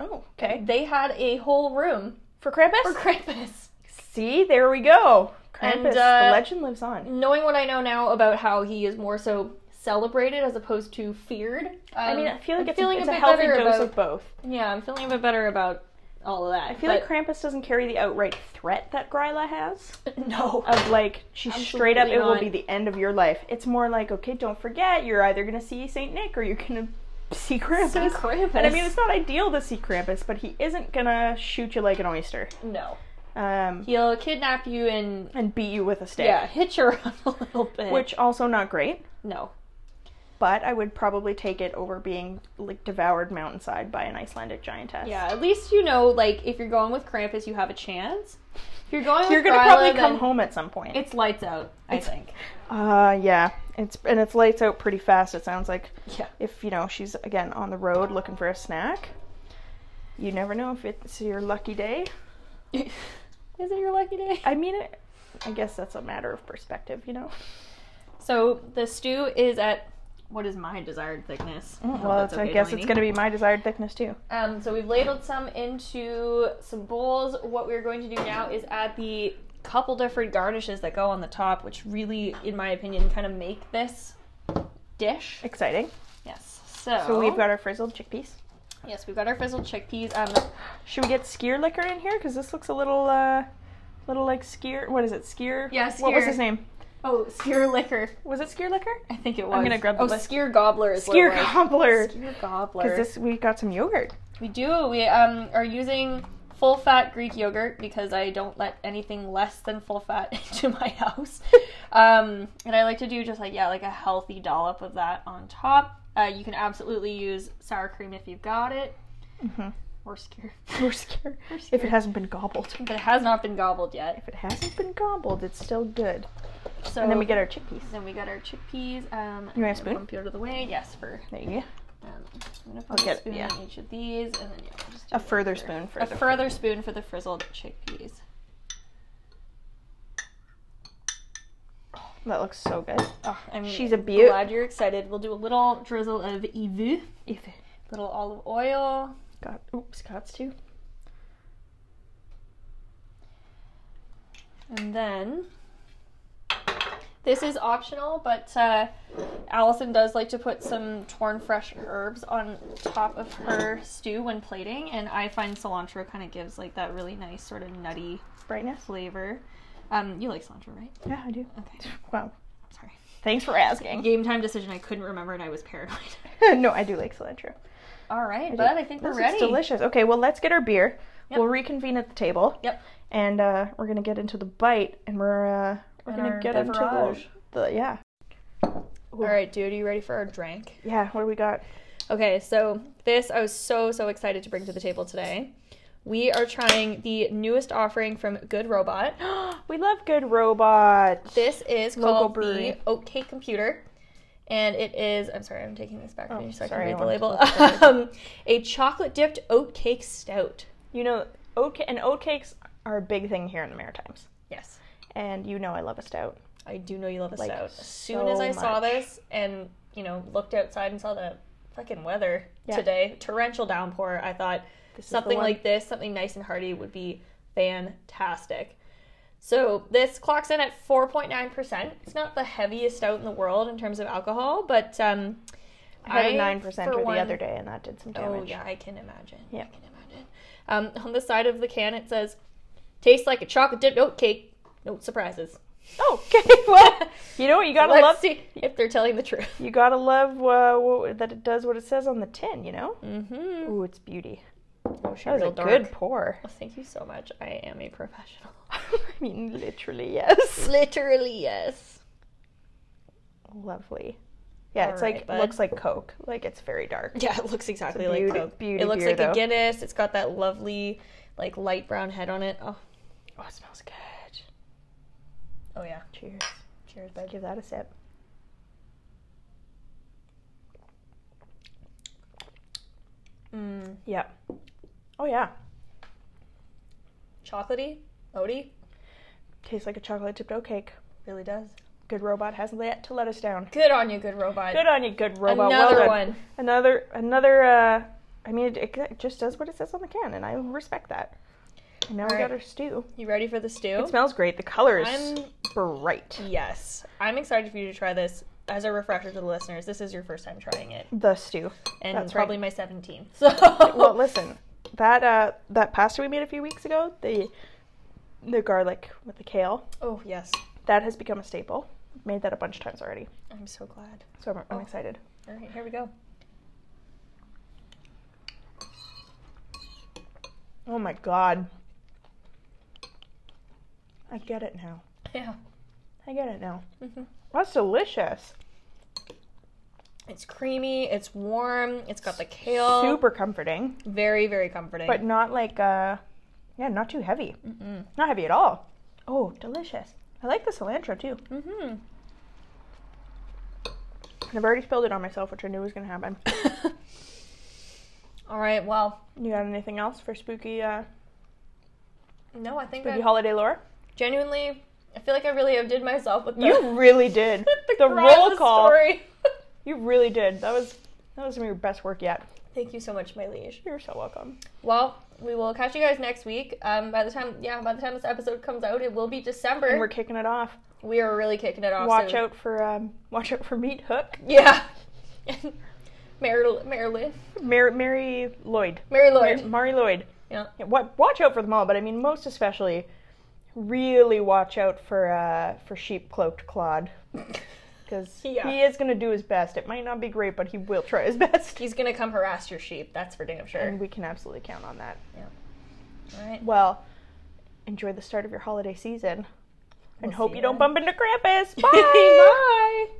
A: Oh, okay.
B: They had a whole room
A: For Krampus.
B: for Krampus.
A: See, there we go.
B: And,
A: Krampus,
B: uh,
A: the legend lives on.
B: knowing what I know now about how he is more so celebrated as opposed to feared. um,
A: I mean, I feel like
B: I'm
A: it's,
B: feeling
A: a, it's
B: a
A: a
B: bit
A: healthy
B: better
A: dose
B: about-
A: of both.
B: yeah, I'm feeling a bit better about all of that.
A: I feel like Krampus doesn't carry the outright threat that Gryla has.
B: no.
A: of like she's straight up it
B: Absolutely
A: will be
B: not.
A: the end of your life. It's more like okay, don't forget you're either gonna see Saint Nick or you're gonna see Krampus.
B: Krampus.
A: And I mean it's not ideal to see Krampus, but he isn't gonna shoot you like an oyster
B: no.
A: um,
B: He'll kidnap you and
A: and beat you with a stick,
B: yeah, hit you around a little bit.
A: which also not great.
B: no.
A: But I would probably take it over being like devoured mountainside by an Icelandic giantess.
B: Yeah, at least you know like if you're going with Krampus, you have a chance. If you're going, with
A: You're gonna
B: Gryla,
A: probably
B: then
A: come home at some point.
B: It's lights out. I
A: It's-
B: think.
A: uh, yeah. It's and it's lights out pretty fast. It sounds like
B: Yeah.
A: if you know she's again on the road looking for a snack. You never know if it's your lucky day.
B: Is it your lucky day?
A: I mean, it, I guess that's a matter of perspective, you know.
B: So the stew is at what is my desired thickness? I hope
A: well,
B: Mm, that's
A: it's, I
B: okay,
A: guess
B: Delaney.
A: it's gonna be my desired thickness too.
B: Um, so we've ladled some into some bowls. What we're going to do now is add the couple different garnishes that go on the top, which really, in my opinion, kind of make this dish.
A: Exciting.
B: Yes. So,
A: So we've got our frizzled chickpeas.
B: yes, we've got our frizzled chickpeas. Um,
A: Should we get skier liquor in here? Because this looks a little, uh, little like skier. What is it? Skier.
B: Yeah,
A: What was
B: Skier.
A: his name?
B: oh, skier liquor.
A: Was it skier liquor?
B: I think it was.
A: I'm gonna grab the
B: oh,
A: list.
B: skier gobbler is what it
A: Skier
B: was.
A: cobbler.
B: Skier gobbler.
A: Because this we got some yogurt.
B: We do. We um are using full fat Greek yogurt because I don't let anything less than full fat into my house. Um, and I like to do just like yeah, like a healthy dollop of that on top. Uh, you can absolutely use sour cream if you've got it,
A: Mm-hmm.
B: or skewer,
A: We're scared.
B: Or
A: If it
B: skewer.
A: hasn't been gobbled.
B: but it has not been gobbled yet.
A: If it hasn't been gobbled, it's still good.
B: So
A: And then we get our chickpeas.
B: then we got our
A: You want
B: chickpeas. Um,
A: a
B: I'm gonna
A: spoon?
B: Bump you out of the way. Yes, for
A: There you go.
B: um, I'm gonna
A: I'll
B: put a
A: get-
B: spoon
A: yeah.
B: in each of these, and then yeah, we'll just do
A: A
B: that
A: further
B: for-
A: spoon for
B: a
A: the.
B: further spoon for the frizzled chickpeas.
A: that looks so good.
B: Oh, I'm
A: She's a beaut.
B: Glad you're excited. We'll do a little drizzle of evu,
A: If it
B: little olive oil,
A: got oops, Scott's too.
B: and then this is optional, but uh, Allison does like to put some torn fresh herbs on top of her stew when plating, and I find cilantro kind of gives like that really nice sort of nutty
A: Brightness.
B: flavor. Um, you like cilantro, right?
A: Yeah, I do.
B: Okay,
A: Wow.
B: sorry.
A: Thanks for asking.
B: Game time decision. I couldn't remember, and I was paranoid.
A: no, I do like cilantro.
B: All right,
A: do.
B: but I think we're
A: This
B: ready.
A: is delicious. Okay, well let's get our beer.
B: Yep.
A: We'll reconvene at the table.
B: Yep.
A: And uh, we're gonna get into the bite, and we're uh, we're
B: And
A: gonna
B: our
A: get
B: beverage.
A: into the, the yeah
B: All right, dude, are you ready for our drink?
A: yeah. What do we got?
B: Okay, so this I was so so excited to bring to the table today. We are trying the newest offering from Good Robot.
A: we love Good Robot.
B: This is
A: Local
B: called the
A: brewery.
B: Oatcake Computer, and it is. I'm sorry, I'm taking this back from
A: Oh,
B: you so I can
A: sorry, I
B: read the
A: wanted to
B: label.
A: look at
B: Um, a chocolate dipped oatcake stout.
A: You know, oat and oat cakes are a big thing here in the Maritimes,
B: Yes,
A: and you know I love a stout.
B: I do know you love a
A: Like,
B: stout. As soon as
A: so
B: I saw
A: much.
B: this and you know looked outside and saw the fucking weather
A: Yeah.
B: today, torrential downpour, I thought.
A: This is the
B: something
A: one.
B: like this, something nice and hearty would be fantastic. So this clocks in at 4.9%. It's not the heaviest stout in the world in terms of alcohol, but um,
A: I had a
B: I,
A: nine percent
B: for
A: the
B: one-
A: other day, and that did some damage.
B: Oh yeah, I can imagine.
A: Yeah.
B: I can imagine. Um, on the side of the can it says, "Tastes like a chocolate dipped oat cake. No surprises."
A: Oh, okay. Well, you know what? You gotta
B: Let's
A: love
B: see if they're telling the truth.
A: you gotta love uh, what, that it does what it says on the tin. You know.
B: Mm-hmm.
A: Ooh, it's beauty.
B: Oh, she
A: That was
B: real
A: a
B: dark.
A: good pour.
B: Oh, thank you so much. I am a professional.
A: I mean, literally, yes.
B: Literally yes.
A: Lovely. Yeah,
B: All
A: it's
B: right,
A: like
B: bud.
A: looks like Coke. Like it's very dark.
B: Yeah, it looks exactly
A: It's a
B: like
A: beauty-
B: Coke.
A: beauty
B: it looks
A: beer,
B: like a
A: though.
B: Guinness. It's got that lovely, like light brown head on it. Oh,
A: Oh, it smells good.
B: oh yeah.
A: Cheers.
B: Cheers,
A: Let's give that a sip.
B: Mm.
A: Yeah. Oh yeah.
B: Chocolatey, oaty,
A: Tastes like a chocolate dipped oat cake.
B: really does.
A: Good robot hasn't yet to let us down.
B: Good on you, good robot.
A: Good on you, good robot. Well
B: Another
A: done.
B: one.
A: Another another. uh I mean, it, it just does what it says on the can, and I respect that. And now we
B: All
A: got
B: right.
A: our stew.
B: You ready for the stew?
A: It smells great. The color is
B: I'm
A: bright.
B: yes. I'm excited for you to try this. As a refresher to the listeners, this is your first time trying it,
A: The stew.
B: and
A: That's right.
B: probably my 17th. So
A: well, listen, that uh, that pasta we made a few weeks ago, the the garlic with the kale,
B: oh yes,
A: that has become a staple. Made that a bunch of times already,
B: I'm so glad.
A: so I'm, I'm
B: Oh.
A: excited.
B: All right, here we go.
A: Oh my god, I get it now.
B: Yeah,
A: I get it now.
B: hmm
A: That's delicious.
B: it's creamy, it's warm, it's got the kale.
A: Super comforting,
B: Very, very comforting.
A: but not like uh, Yeah, not too heavy.
B: Mm-mm.
A: Not heavy at all. Oh, delicious. I like the cilantro too.
B: Mm-hmm.
A: And I've already spilled it on myself, which I knew was going to happen.
B: All right. Well,
A: You got anything else for spooky, uh,
B: no, I think
A: spooky
B: I
A: holiday lore?
B: genuinely, I feel like I really outdid myself with the,
A: You really did.
B: with the,
A: the
B: crime of
A: roll
B: the
A: call.
B: Story.
A: You really did. That was that was some of your best work yet.
B: Thank you so much, my liege.
A: You're so welcome.
B: Well, we will catch you guys next week. Um, by the time, yeah, by the time this episode comes out, it will be
A: And we're
B: December.
A: kicking it off.
B: We are really kicking it off.
A: Watch
B: soon.
A: out for um, watch out for Meat Hook.
B: Yeah. Marilyn. Marilyn.
A: Mary, Mary Lloyd.
B: Mary
A: Mary,
B: Lloyd.
A: Mary Lloyd.
B: Yeah.
A: Yeah, wa- watch out for them all, but I mean most especially, really watch out for uh, for sheep cloaked Claude because
B: Yeah.
A: he is going to do his best. It might not be great, but he will try his best,
B: He's gonna come harass your sheep. That's for damn sure.
A: and we can absolutely count on that.
B: All right.
A: Well, enjoy the start of your holiday season, and
B: We'll
A: hope
B: see
A: you
B: ya.
A: don't bump into Krampus. Bye.
B: Bye.